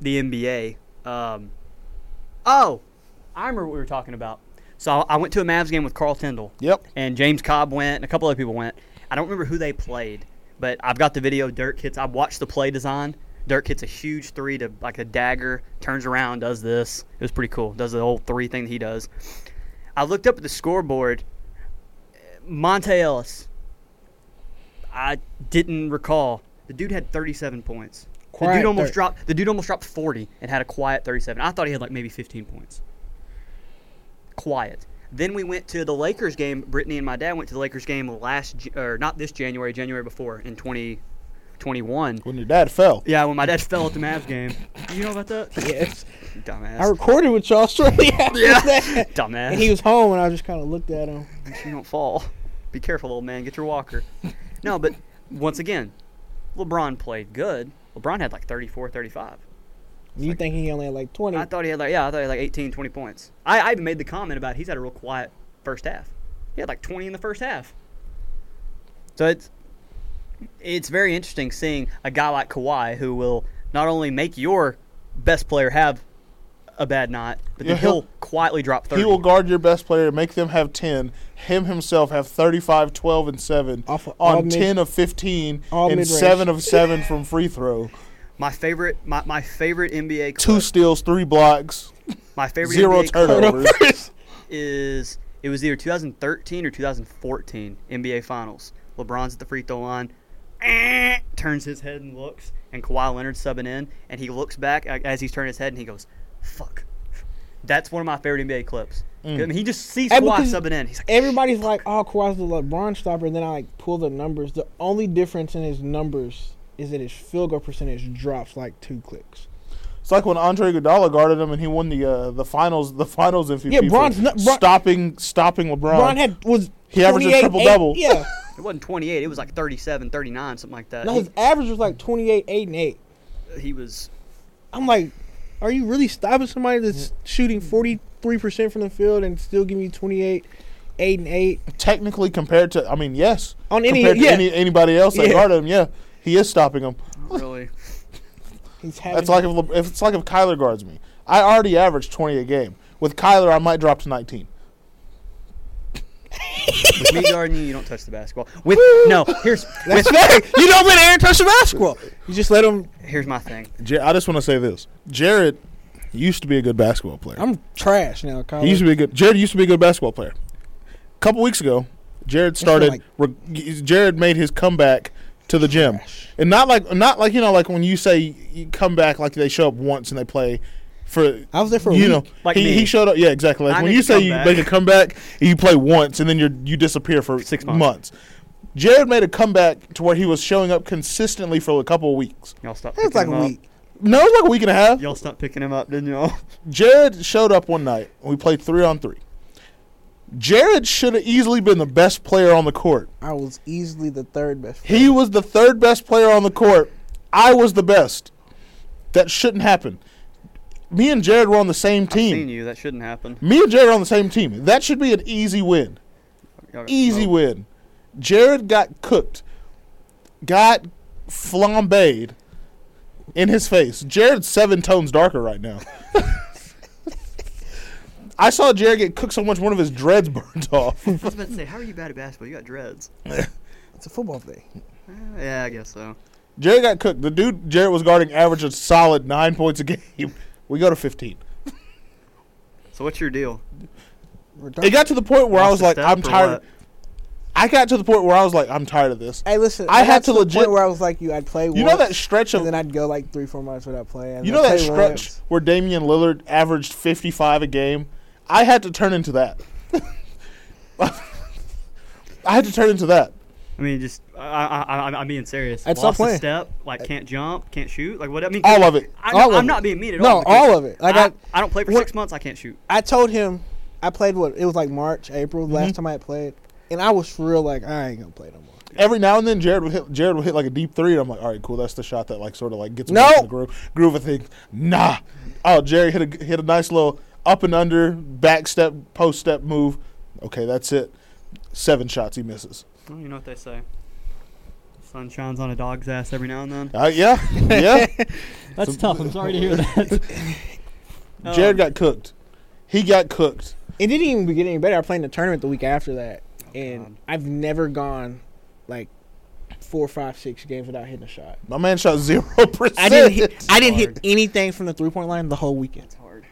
Speaker 1: the NBA, um, oh, I remember what we were talking about. So I went to a Mavs game with Carl Tyndall,
Speaker 3: Yep.
Speaker 1: and James Cobb went, and a couple other people went. I don't remember who they played, but I've got the video. Dirk hits. I watched the play design. Dirk hits a huge three to like a dagger, turns around, does this. It was pretty cool. Does the whole three thing that he does. I looked up at the scoreboard. Monte Ellis. I didn't recall. The dude had 37 points. the
Speaker 2: Quiet
Speaker 1: dude almost
Speaker 2: Dirk.
Speaker 1: dropped. The dude almost dropped 40 and had a quiet 37. I thought he had like maybe 15 points. Quiet. Then we went to the Lakers game. Brittany and my dad went to the Lakers game last, J- or not this January, January before in 2021.
Speaker 3: When your dad fell.
Speaker 1: Yeah, when my dad fell at the Mavs game. You know about that?
Speaker 2: Yes. I
Speaker 1: Dumbass.
Speaker 2: recorded with y'all shortly after that.
Speaker 1: Dumbass.
Speaker 2: And he was home, and I just kind of looked at him.
Speaker 1: you don't fall. Be careful, old man. Get your walker. No, but once again, LeBron played good. LeBron had like 34, 35.
Speaker 2: You think he only had like 20?
Speaker 1: I thought he had like, yeah, I thought he had like 18, 20 points. I, I even made the comment about he's had a real quiet first half. He had like 20 in the first half. So it's it's very interesting seeing a guy like Kawhi who will not only make your best player have a bad night, but then
Speaker 3: Yeah,
Speaker 1: he'll,
Speaker 3: he'll-
Speaker 1: quietly drop 30.
Speaker 3: He will guard your best player, make them have 10, him himself have 35, 12, and 7
Speaker 2: Off of all
Speaker 3: on
Speaker 2: mid-
Speaker 3: 10 of 15
Speaker 2: all
Speaker 3: and
Speaker 2: mid-range.
Speaker 3: 7 of 7 from free throw.
Speaker 1: my favorite my, my favorite NBA clip,
Speaker 3: Two steals, three blocks,
Speaker 1: my favorite
Speaker 3: zero
Speaker 1: NBA clip
Speaker 3: turnovers.
Speaker 1: is it was either 2013 or 2014 NBA Finals. LeBron's at the free throw line, eh, turns his head and looks, and Kawhi Leonard's subbing in, and he looks back a- as he's turning his head and he goes, "Fuck." That's one of my favorite NBA clips. I mean, he just sees
Speaker 2: Mm. And
Speaker 1: Kawhi
Speaker 2: because
Speaker 1: subbing in. He's like,
Speaker 2: Everybody's like, oh, Kawhi's the LeBron stopper. And then I like pull the numbers. The only difference in his numbers is that his field goal percentage drops like two clicks.
Speaker 3: It's like when Andre Iguodala guarded him, and he won the uh, the finals the finals MVP.
Speaker 2: Yeah,
Speaker 3: for
Speaker 2: Bron's not- Bron-
Speaker 3: stopping stopping LeBron.
Speaker 2: LeBron had was
Speaker 3: Uh, He averaged a
Speaker 2: 28,
Speaker 3: triple-double.
Speaker 2: eight- Yeah,
Speaker 1: it wasn't 28, it was like 37, 39, something like that.
Speaker 2: no,
Speaker 1: He,
Speaker 2: his average was like 28, eight and eight.
Speaker 1: he was
Speaker 2: I'm like, are you really stopping somebody that's shooting 43 percent from the field and still giving you 28, eight and eight?
Speaker 3: technically compared to I mean yes
Speaker 2: On any-
Speaker 3: compared to
Speaker 2: yeah.
Speaker 3: any, anybody else that
Speaker 2: Yeah.
Speaker 3: guarded him yeah he is stopping him.
Speaker 1: really.
Speaker 2: He's having
Speaker 3: That's like if, Le- if it's like if Kyler guards me. I already average twenty a game. With Kyler, I might drop to nineteen.
Speaker 1: With me guarding you, you don't touch the basketball. With no, here's with,
Speaker 2: you don't let Aaron touch the basketball. You just let him.
Speaker 1: here's my thing.
Speaker 3: Ja- I just want to say this: Jared used to be a good basketball player.
Speaker 2: I'm trash now, Kyle.
Speaker 3: he used to be a good. Jared used to be a good basketball player. A couple weeks ago, Jared started.
Speaker 2: like-
Speaker 3: re- Jared made his comeback to the gym, and not like not like you know like when you say you come back like they show up once and they play for
Speaker 2: I was there for a
Speaker 3: you
Speaker 2: week.
Speaker 3: know
Speaker 1: Like
Speaker 3: he,
Speaker 1: me.
Speaker 3: he showed up yeah exactly like
Speaker 1: I
Speaker 3: when
Speaker 1: make
Speaker 3: you
Speaker 1: a
Speaker 3: say you
Speaker 1: comeback.
Speaker 3: make a comeback you play once and then you you disappear for
Speaker 1: Six months.
Speaker 3: months. Jared made a comeback to where he was showing up consistently for a couple of weeks.
Speaker 1: Y'all stop.
Speaker 2: It's like
Speaker 1: him
Speaker 2: a
Speaker 1: up.
Speaker 2: week.
Speaker 3: No, it was like a week and a half.
Speaker 1: Y'all stop picking him up, didn't y'all?
Speaker 3: Jared showed up one night and we played three on three. Jared should have easily been the best player on the court.
Speaker 2: I was easily the third best.
Speaker 3: He was the third best player on the court. I was the best. That shouldn't happen. Me and Jared were on the same
Speaker 1: Seen
Speaker 3: team.
Speaker 1: you. That shouldn't happen.
Speaker 3: Me and Jared were on the same team. That should be an easy win.
Speaker 1: Y'all got
Speaker 3: Easy
Speaker 1: smoked.
Speaker 3: win. Jared got cooked, got flambéed in his face. Jared's seven tones darker right now. I saw Jared get cooked so much, one of his dreads burned off.
Speaker 1: I was about to say, how are you bad at basketball? You got dreads.
Speaker 2: It's a football thing.
Speaker 1: Eh, yeah, I guess so.
Speaker 3: Jared got cooked. The dude Jared was guarding averaged a solid nine points a game. We go to 15.
Speaker 1: So what's your deal?
Speaker 2: We're
Speaker 3: It got to the point where I
Speaker 1: Lost
Speaker 3: was
Speaker 1: a
Speaker 3: like,
Speaker 1: step
Speaker 3: I'm
Speaker 1: or
Speaker 3: tired.
Speaker 1: what?
Speaker 3: I got to the point where I was like, I'm tired of this.
Speaker 2: hey, listen.
Speaker 3: I
Speaker 2: got
Speaker 3: had to
Speaker 2: the
Speaker 3: legit-
Speaker 2: point where I was like, you, I'd play.
Speaker 3: You
Speaker 2: once,
Speaker 3: know that stretch
Speaker 2: And
Speaker 3: of
Speaker 2: then I'd go like three, four months without playing.
Speaker 3: you
Speaker 2: I'd
Speaker 3: know that
Speaker 2: play
Speaker 3: stretch
Speaker 2: once.
Speaker 3: where Damian Lillard averaged 55 a game. I had to turn into that. I had to turn into that.
Speaker 1: I mean, just I, I, I, I'm- I'm being serious.
Speaker 2: I'd stop
Speaker 1: Lost a
Speaker 2: playing.
Speaker 1: step, like can't jump, can't shoot, like what? I mean,
Speaker 3: All of it.
Speaker 1: I'm,
Speaker 3: All
Speaker 1: not,
Speaker 3: of
Speaker 1: I'm
Speaker 3: it.
Speaker 1: not being mean at all.
Speaker 2: No, all of it.
Speaker 1: Like
Speaker 2: Like
Speaker 1: I,
Speaker 2: I,
Speaker 1: I, don't play for
Speaker 2: what-
Speaker 1: six months. I can't shoot.
Speaker 2: I told him I played what it was like March, April
Speaker 3: Mm-hmm.
Speaker 2: last time I had played, and I was real like I ain't gonna play no more.
Speaker 3: Every now and then, Jared would hit. Jared would hit like a deep three, and I'm like, "All right, cool. That's the shot that like sort of like gets me
Speaker 2: No.
Speaker 3: back in the groove, groove of things." Nah. Oh, Jerry hit a hit a nice little up and under back step post step move. Okay, that's it. Seven shots he misses.
Speaker 1: Well, you know what they say. Sun shines on a dog's ass every now and then.
Speaker 3: Uh, yeah, yeah.
Speaker 4: That's
Speaker 3: So-
Speaker 4: tough. I'm sorry to hear that.
Speaker 3: Jared got cooked. He got cooked.
Speaker 2: It didn't even get any better. I played in the tournament the week after that, and
Speaker 1: Oh, God.
Speaker 2: I've never gone like four, five, six games without hitting a shot.
Speaker 3: My man shot zero percent.
Speaker 2: I didn't. Hit, I didn't
Speaker 1: Hard.
Speaker 2: hit anything from the three point line the whole weekend.
Speaker 1: It's hard.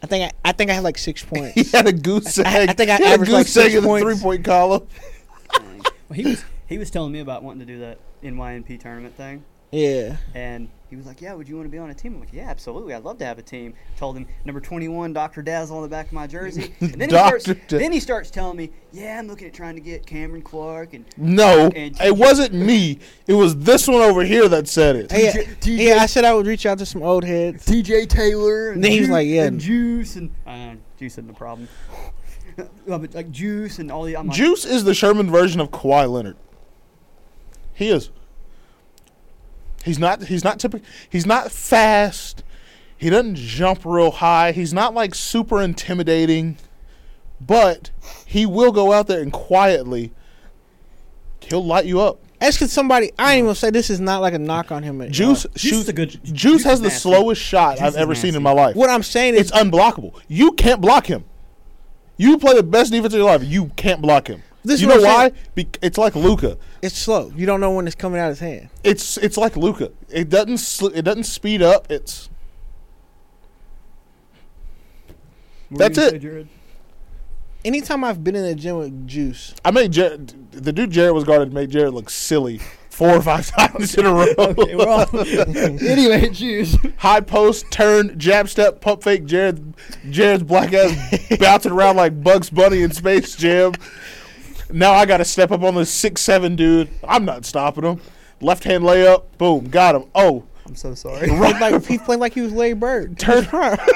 Speaker 2: I think. I, I think I had like six points.
Speaker 3: He had a goose egg.
Speaker 2: I- I think I
Speaker 3: He had
Speaker 2: averaged, like, six
Speaker 3: in the
Speaker 2: points.
Speaker 3: three point column.
Speaker 1: Dang. well, he was he was telling me about wanting to do that NYNP tournament thing,
Speaker 2: yeah.
Speaker 1: and he was like, "Yeah, would you want to be on a team?" I'm like, "Yeah, absolutely. I'd love to have a team." Told him number 21, Doctor Dazzle on the back of my jersey, and then he starts
Speaker 3: Dr. Da-
Speaker 1: then he starts telling me, "Yeah, I'm looking at trying to get Cameron Clark and
Speaker 3: No,
Speaker 1: And-
Speaker 3: it wasn't me. It was this one over here that said it.
Speaker 2: Yeah.
Speaker 1: TJ
Speaker 2: yeah. I said I would reach out to some old heads.
Speaker 1: TJ Taylor. And
Speaker 2: Then he was
Speaker 1: Ju-
Speaker 2: like, yeah.
Speaker 1: and juice and uh, juice isn't the problem. Uh, but like juice and all the. I'm like,
Speaker 3: Juice is the Sherman version of Kawhi Leonard. He is. He's not. He's not typical. He's not fast. He doesn't jump real high. He's not like super intimidating, but he will go out there and quietly. He'll light you up.
Speaker 2: That's because somebody. I ain't even say this is not like a knock on him. At
Speaker 3: Juice
Speaker 4: Juice
Speaker 3: shoots
Speaker 4: is a good.
Speaker 3: Juice has
Speaker 1: is
Speaker 3: the
Speaker 1: nasty.
Speaker 3: slowest shot
Speaker 1: Juice
Speaker 3: I've
Speaker 1: is
Speaker 3: ever seen in
Speaker 1: nasty.
Speaker 3: my life.
Speaker 2: What I'm saying is,
Speaker 3: It's unblockable. You can't block him. You play the best defense of your life. You can't block him.
Speaker 2: This
Speaker 3: you
Speaker 2: is
Speaker 3: know
Speaker 2: what I'm
Speaker 3: why?
Speaker 2: saying.
Speaker 3: Be- it's like Luca.
Speaker 2: it's slow. You don't know when it's coming out of his hand.
Speaker 3: It's it's like Luca. It doesn't sl- it doesn't speed up. It's
Speaker 1: what were you
Speaker 3: that's
Speaker 1: gonna
Speaker 3: it.
Speaker 1: say, Jared?
Speaker 2: Anytime I've been in the gym with Juice,
Speaker 3: I made Jared, the dude Jared was guarded made Jared look silly four or five times in a row.
Speaker 4: Okay, we're all- anyway, juice.
Speaker 3: High post, turn, jab step, pump fake. Jared Jared's black ass bouncing around like Bugs Bunny in Space Jam. Now I got to step up on this six seven dude. I'm not stopping him. Left hand layup, boom, got him. Oh,
Speaker 1: I'm so sorry.
Speaker 2: he played like he played like he was Larry Bird.
Speaker 3: turn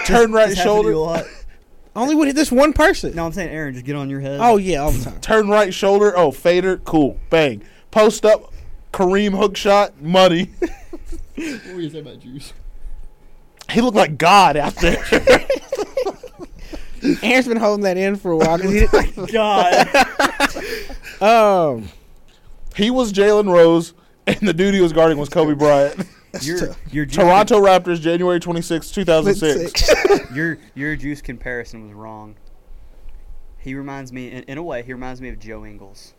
Speaker 3: turn right
Speaker 1: This happened to you a
Speaker 3: shoulder,
Speaker 1: lot.
Speaker 2: Only would hit this one person.
Speaker 1: No, I'm saying Aaron, just get on your head.
Speaker 2: Oh yeah, all the time.
Speaker 3: turn right shoulder. Oh, fader, cool, bang. Post up, Kareem hook shot, money.
Speaker 4: What were you saying about juice?
Speaker 3: He looked like God out there.
Speaker 2: Aaron's been holding that in for a while. 'cause he didn't-
Speaker 1: God.
Speaker 2: um,
Speaker 3: he was Jalen Rose, and the dude he was guarding was Kobe Bryant.
Speaker 1: your your juice,
Speaker 3: Toronto Raptors, January twenty sixth, two thousand six.
Speaker 2: six.
Speaker 1: Your your juice comparison was wrong. He reminds me, in, in a way, he reminds me of Joe Ingles.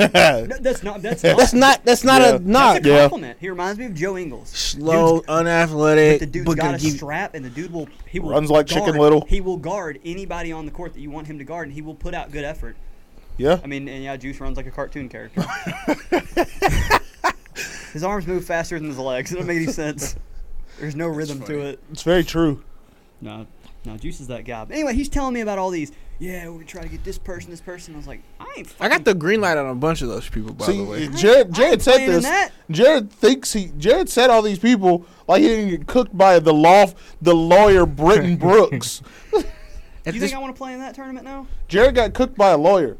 Speaker 1: No, that's not. That's not.
Speaker 2: That's not. That's not
Speaker 3: Yeah.
Speaker 2: a knock.
Speaker 1: That's a
Speaker 3: Yeah.
Speaker 1: compliment. He reminds me of Joe Ingles.
Speaker 2: Slow,
Speaker 1: But
Speaker 2: unathletic.
Speaker 1: the dude's
Speaker 2: but
Speaker 1: got
Speaker 2: gonna
Speaker 1: a
Speaker 2: give-
Speaker 1: strap, and the dude will he will
Speaker 3: Runs like
Speaker 1: guard,
Speaker 3: Chicken Little.
Speaker 1: He will guard anybody on the court that you want him to guard, and he will put out good effort.
Speaker 3: yeah.
Speaker 1: I mean, and yeah, Juice runs like a cartoon character. his arms move faster than his legs. It doesn't make any sense. There's no rhythm to it.
Speaker 3: It's very true.
Speaker 1: No, no, Juice is that guy. But anyway, he's telling me about all these. Yeah, we're gonna try to get this person, this person. I was like, I ain't.
Speaker 2: I
Speaker 1: Fucking
Speaker 2: got the green light on a bunch of those people. By the way,
Speaker 3: Jared, Jared said
Speaker 1: playing in
Speaker 3: this.
Speaker 1: that.
Speaker 3: Jared thinks he. Jared said all these people like he didn't get cooked by the law, the lawyer Britton Brooks.
Speaker 2: at
Speaker 1: Do you
Speaker 2: this,
Speaker 1: think I want to play in that tournament now?
Speaker 3: Jared got cooked by a lawyer.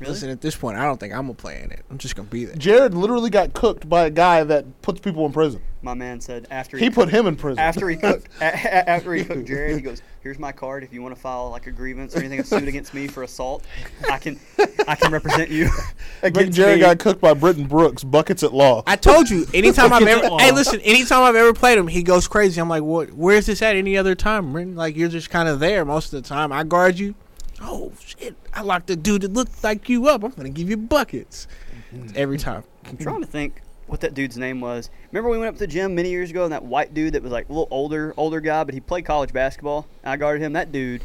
Speaker 1: Really?
Speaker 2: listen, at this point, I don't think I'm gonna play in it. I'm just gonna be there.
Speaker 3: Jared literally got cooked by a guy that puts people in prison.
Speaker 1: My man said after
Speaker 3: He put him in prison.
Speaker 1: after he cooked a- a- after he cooked Jared, he goes, here's my card. If you want to file like a grievance or anything, a suit against me for assault, I can, I can represent you.
Speaker 3: Big
Speaker 1: against
Speaker 3: Jerry
Speaker 1: me.
Speaker 3: got cooked by Britton Brooks, buckets at law.
Speaker 2: I told you. Anytime I've
Speaker 4: Fucking
Speaker 2: ever
Speaker 4: law.
Speaker 2: hey, listen. Anytime I've ever played him, he goes crazy. I'm like, what? Where is this at? Any other time, Ren? Like you're just kind of there most of the time. I guard you. Oh shit! I locked a dude that looked like you up. I'm gonna give you buckets
Speaker 3: Mm-hmm.
Speaker 2: every time.
Speaker 1: I'm trying to think what that dude's name was. Remember we went up to the gym many years ago and that white dude that was like a little older, older guy, but he played college basketball. And I guarded him. That dude,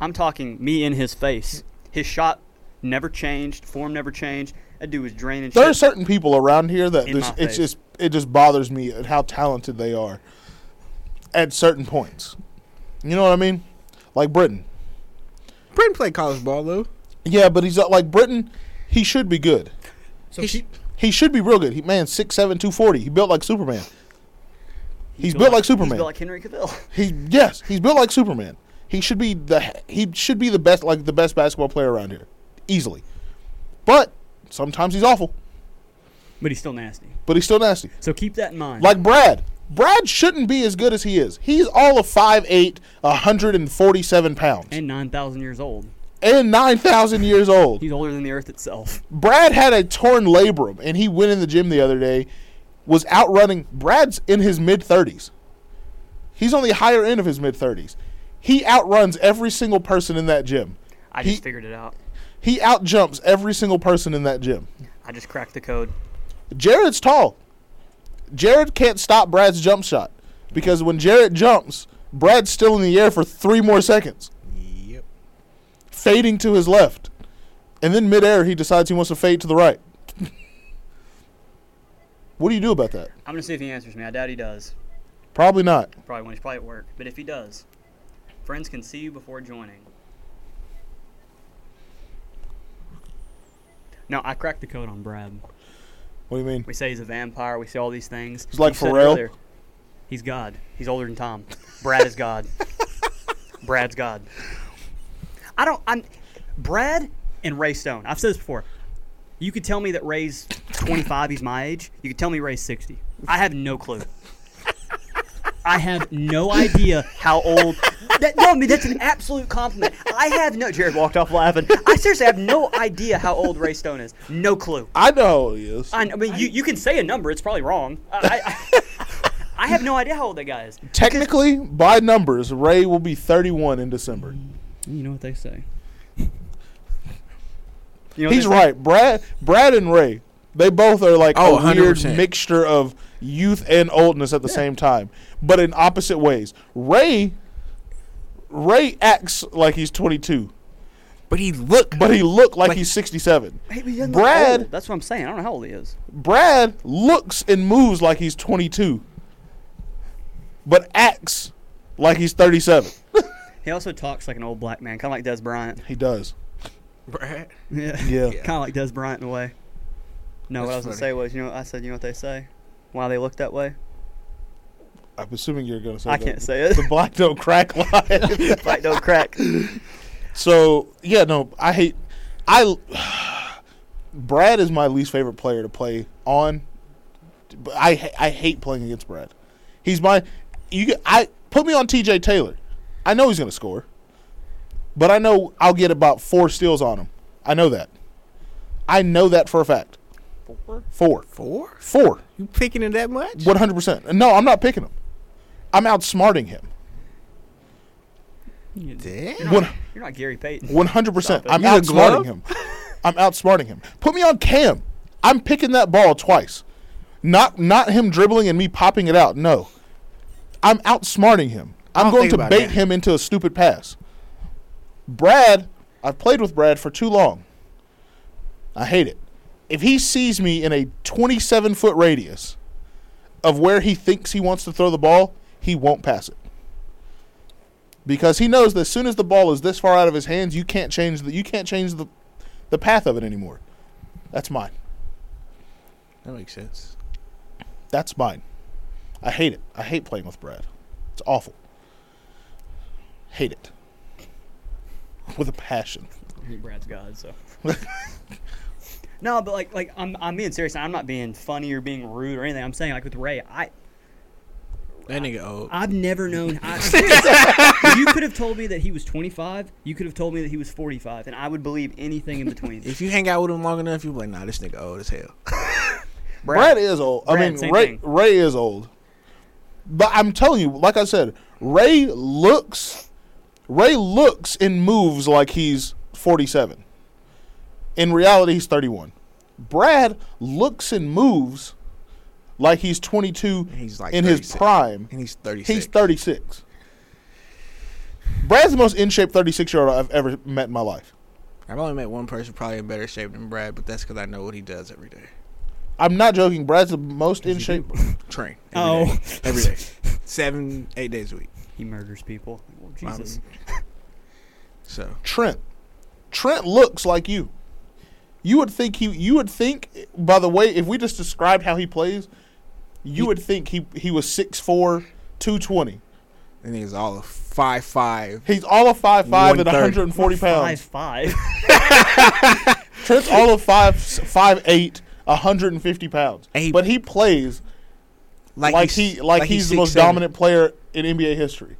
Speaker 1: I'm talking me in his face. His shot never changed, form never changed. That dude was draining.
Speaker 3: there are
Speaker 1: shit.
Speaker 3: certain people around here that
Speaker 1: In my
Speaker 3: this, it's
Speaker 1: face.
Speaker 3: just it just bothers me at how talented they are at certain points. You know what I mean? Like Britton.
Speaker 2: Britton played college ball though.
Speaker 3: Yeah, but he's not- like Britton. He should be good.
Speaker 4: So
Speaker 2: He sh-
Speaker 4: keep-
Speaker 3: He should be real good. He man six seven two forty. He built like Superman. He's built like
Speaker 1: He's
Speaker 3: Superman.
Speaker 1: built like Henry Cavill.
Speaker 3: He yes, he's built like Superman. He should be the he should be the best like the best basketball player around here, easily. But sometimes he's awful.
Speaker 1: But he's still nasty.
Speaker 3: But he's still nasty.
Speaker 1: So keep that in mind.
Speaker 3: Like Brad. Brad shouldn't be as good as he is. He's all of 5'8", 147 pounds, and,
Speaker 1: and 9,000 years old.
Speaker 3: 9,000 years old.
Speaker 1: He's older than the earth itself.
Speaker 3: Brad had a torn labrum, and he went in the gym the other day, was outrunning. Brad's in his mid 30s. He's on the higher end of his mid 30s. He outruns every single person in that gym.
Speaker 1: I
Speaker 3: He-
Speaker 1: just figured it out.
Speaker 3: He outjumps every single person in that gym.
Speaker 1: I just cracked the code.
Speaker 3: Jared's tall. Jared can't stop Brad's jump shot because when Jared jumps, Brad's still in the air for three more seconds,
Speaker 2: Yep.
Speaker 3: fading to his left. And then midair, he decides he wants to fade to the right. what do you do about that?
Speaker 1: I'm going to see if he answers me. I doubt he does.
Speaker 3: Probably not.
Speaker 1: Probably when he's probably at work. But if he does, friends can see you before joining. No, I cracked the code on Brad.
Speaker 3: What do you mean?
Speaker 1: We say he's a vampire. We say all these things.
Speaker 3: He's like
Speaker 1: You said
Speaker 3: Pharrell.
Speaker 1: earlier, He's God. He's older than Tom. Brad is God. Brad's God. I don't. I'm Brad and Ray Stone. I've said this before. You could tell me that Ray's 25. He's my age. You could tell me Ray's 60. I have no clue. I have no idea how old. That, no, I mean that's an absolute compliment. I have no. Jared walked off laughing. I seriously have no idea how old Ray Stone is. No clue.
Speaker 3: I know how old he is.
Speaker 1: I, I mean, you, you can say a number. It's probably wrong. I, I, I have no idea how old that guy is.
Speaker 3: Technically, by numbers, Ray will be 31 in December.
Speaker 1: You know what they say. You know
Speaker 3: He's right. Brad, Brad and Ray, they both are like
Speaker 2: Oh,
Speaker 3: a weird
Speaker 2: 100%.
Speaker 3: mixture of youth and oldness at the same time, but in opposite ways. Ray, Ray acts like he's 22,
Speaker 2: But he looked.
Speaker 3: but he looked like
Speaker 2: Like-
Speaker 3: he's 67. Brad-
Speaker 1: Brad. That's what I'm saying. I don't know how old he is.
Speaker 3: Brad looks and moves like he's 22, but acts like he's 37.
Speaker 1: He also talks like an old black man, kind of like Des Bryant.
Speaker 3: He does.
Speaker 2: Brad.
Speaker 1: Yeah.
Speaker 3: Yeah.
Speaker 1: kind of like Des Bryant in a way. No, what I was gonna
Speaker 2: That's funny.
Speaker 1: say was, you know, I said, you know what they say, why they look that way.
Speaker 3: I'm assuming you're going to say
Speaker 1: I
Speaker 3: that.
Speaker 1: can't say it.
Speaker 3: The black don't crack line.
Speaker 1: Black don't crack.
Speaker 3: So yeah, no, I hate. I Brad is my least favorite player to play on. But I ha- I hate playing against Brad. He's my you. I put me on T.J. Taylor. I know he's gonna score, but I know I'll get about four steals on him. I know that. I know that for a fact. Four,
Speaker 2: Four?
Speaker 3: four,
Speaker 2: You picking it that much?
Speaker 3: one hundred percent. No, I'm not picking him. I'm outsmarting him.
Speaker 2: Damn.
Speaker 1: You're
Speaker 3: One-
Speaker 1: not, you're not Gary Payton.
Speaker 3: One hundred percent.
Speaker 1: Stop it.
Speaker 3: I'm
Speaker 2: You the
Speaker 3: outsmarting
Speaker 2: glove?
Speaker 3: him. I'm outsmarting him. Put me on Cam. I'm picking that ball twice. Not not him dribbling and me popping it out. No, I'm outsmarting him. I'm
Speaker 2: don't
Speaker 3: going
Speaker 2: think
Speaker 3: to
Speaker 2: about
Speaker 3: bait
Speaker 2: that.
Speaker 3: him into a stupid pass. Brad, I've played with Brad for too long. I hate it. If he sees me in a 27 foot radius of where he thinks he wants to throw the ball, he won't pass it because he knows that as soon as the ball is this far out of his hands, you can't change the you can't change the the path of it anymore. That's mine.
Speaker 2: That makes sense.
Speaker 3: That's mine. I hate it. I hate playing with Brad. It's awful. Hate it. With a passion.
Speaker 1: I think Brad's God, so. no, but like, like I'm, I'm being serious. and I'm not being funny or being rude or anything. I'm saying like with Ray, I,
Speaker 2: That nigga old.
Speaker 1: I've never known. I, you could have told me that he was 25. You could have told me that he was 45, and I would believe anything in between.
Speaker 2: If you hang out with him long enough, you'll be like, nah, this nigga old as hell.
Speaker 3: Brad, is old. I
Speaker 1: Brad,
Speaker 3: mean,
Speaker 1: same
Speaker 3: Ray
Speaker 1: thing.
Speaker 3: Ray is old. But I'm telling you, like I said, Ray looks Ray looks and moves like he's 47. In reality, he's 31. Brad looks and moves like he's 22
Speaker 2: And he's like
Speaker 3: in
Speaker 2: 36.
Speaker 3: his prime.
Speaker 2: And he's 36.
Speaker 3: He's 36. Brad's the most in shape 36 year old I've ever met in my life.
Speaker 2: I've only met one person probably in better shape than Brad, but that's because I know what he does every day.
Speaker 3: I'm not joking. Brad's the most in
Speaker 2: he
Speaker 3: shape.
Speaker 2: Train. every
Speaker 1: Oh,
Speaker 2: day. Every day. Seven, eight days a week.
Speaker 1: he murders people. Well,
Speaker 2: Wow.
Speaker 1: Jesus,
Speaker 2: So,
Speaker 3: Trent. Trent looks like you. You would think he. You would think by the way, if we just described how he plays, you would think he he was 6'4", 220.
Speaker 2: that nigga's all of five, five.
Speaker 3: He's all of five five and
Speaker 2: 130.
Speaker 3: 140
Speaker 1: five
Speaker 3: pounds.
Speaker 1: five.
Speaker 3: Trent's all of five five eight, 150 pounds.
Speaker 2: And he-
Speaker 3: but he plays like, he like, he's, the most
Speaker 2: 6'7".
Speaker 3: dominant player in NBA history.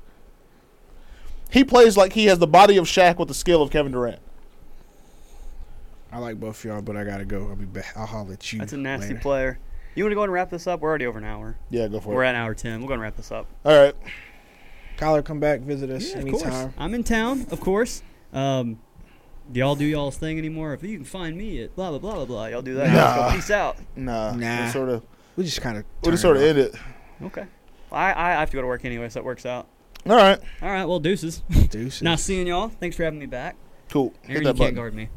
Speaker 3: He plays like he has the body of Shaq with the skill of Kevin Durant.
Speaker 2: I like both of y'all, but I gotta go. I'll be back. I'll holler at you.
Speaker 1: That's a nasty
Speaker 2: later.
Speaker 1: player. You want to go ahead and wrap this up? We're already over an hour.
Speaker 3: Yeah, go for
Speaker 1: We're
Speaker 3: it.
Speaker 1: at an hour ten. We're gonna wrap this up.
Speaker 3: All right.
Speaker 2: Kyler, come back, visit us
Speaker 1: Yeah, of course.
Speaker 2: anytime.
Speaker 1: I'm in town, of course. Um, do y'all do y'all's thing anymore? If you can find me at blah blah blah blah blah, y'all do that.
Speaker 3: Nah.
Speaker 1: Let's go. Peace out.
Speaker 3: Nah.
Speaker 2: Nah.
Speaker 3: We're sort of
Speaker 2: We just kind of.
Speaker 3: we just sort of end it.
Speaker 1: Okay. I, I have to go to work anyway, so it works out.
Speaker 3: All right.
Speaker 1: All right. Well, deuces.
Speaker 2: Deuces.
Speaker 1: nice seeing y'all. Thanks for having me back.
Speaker 3: Cool.
Speaker 1: Aaron,
Speaker 3: Hit
Speaker 1: you
Speaker 3: that
Speaker 1: can't
Speaker 3: button.
Speaker 1: guard me.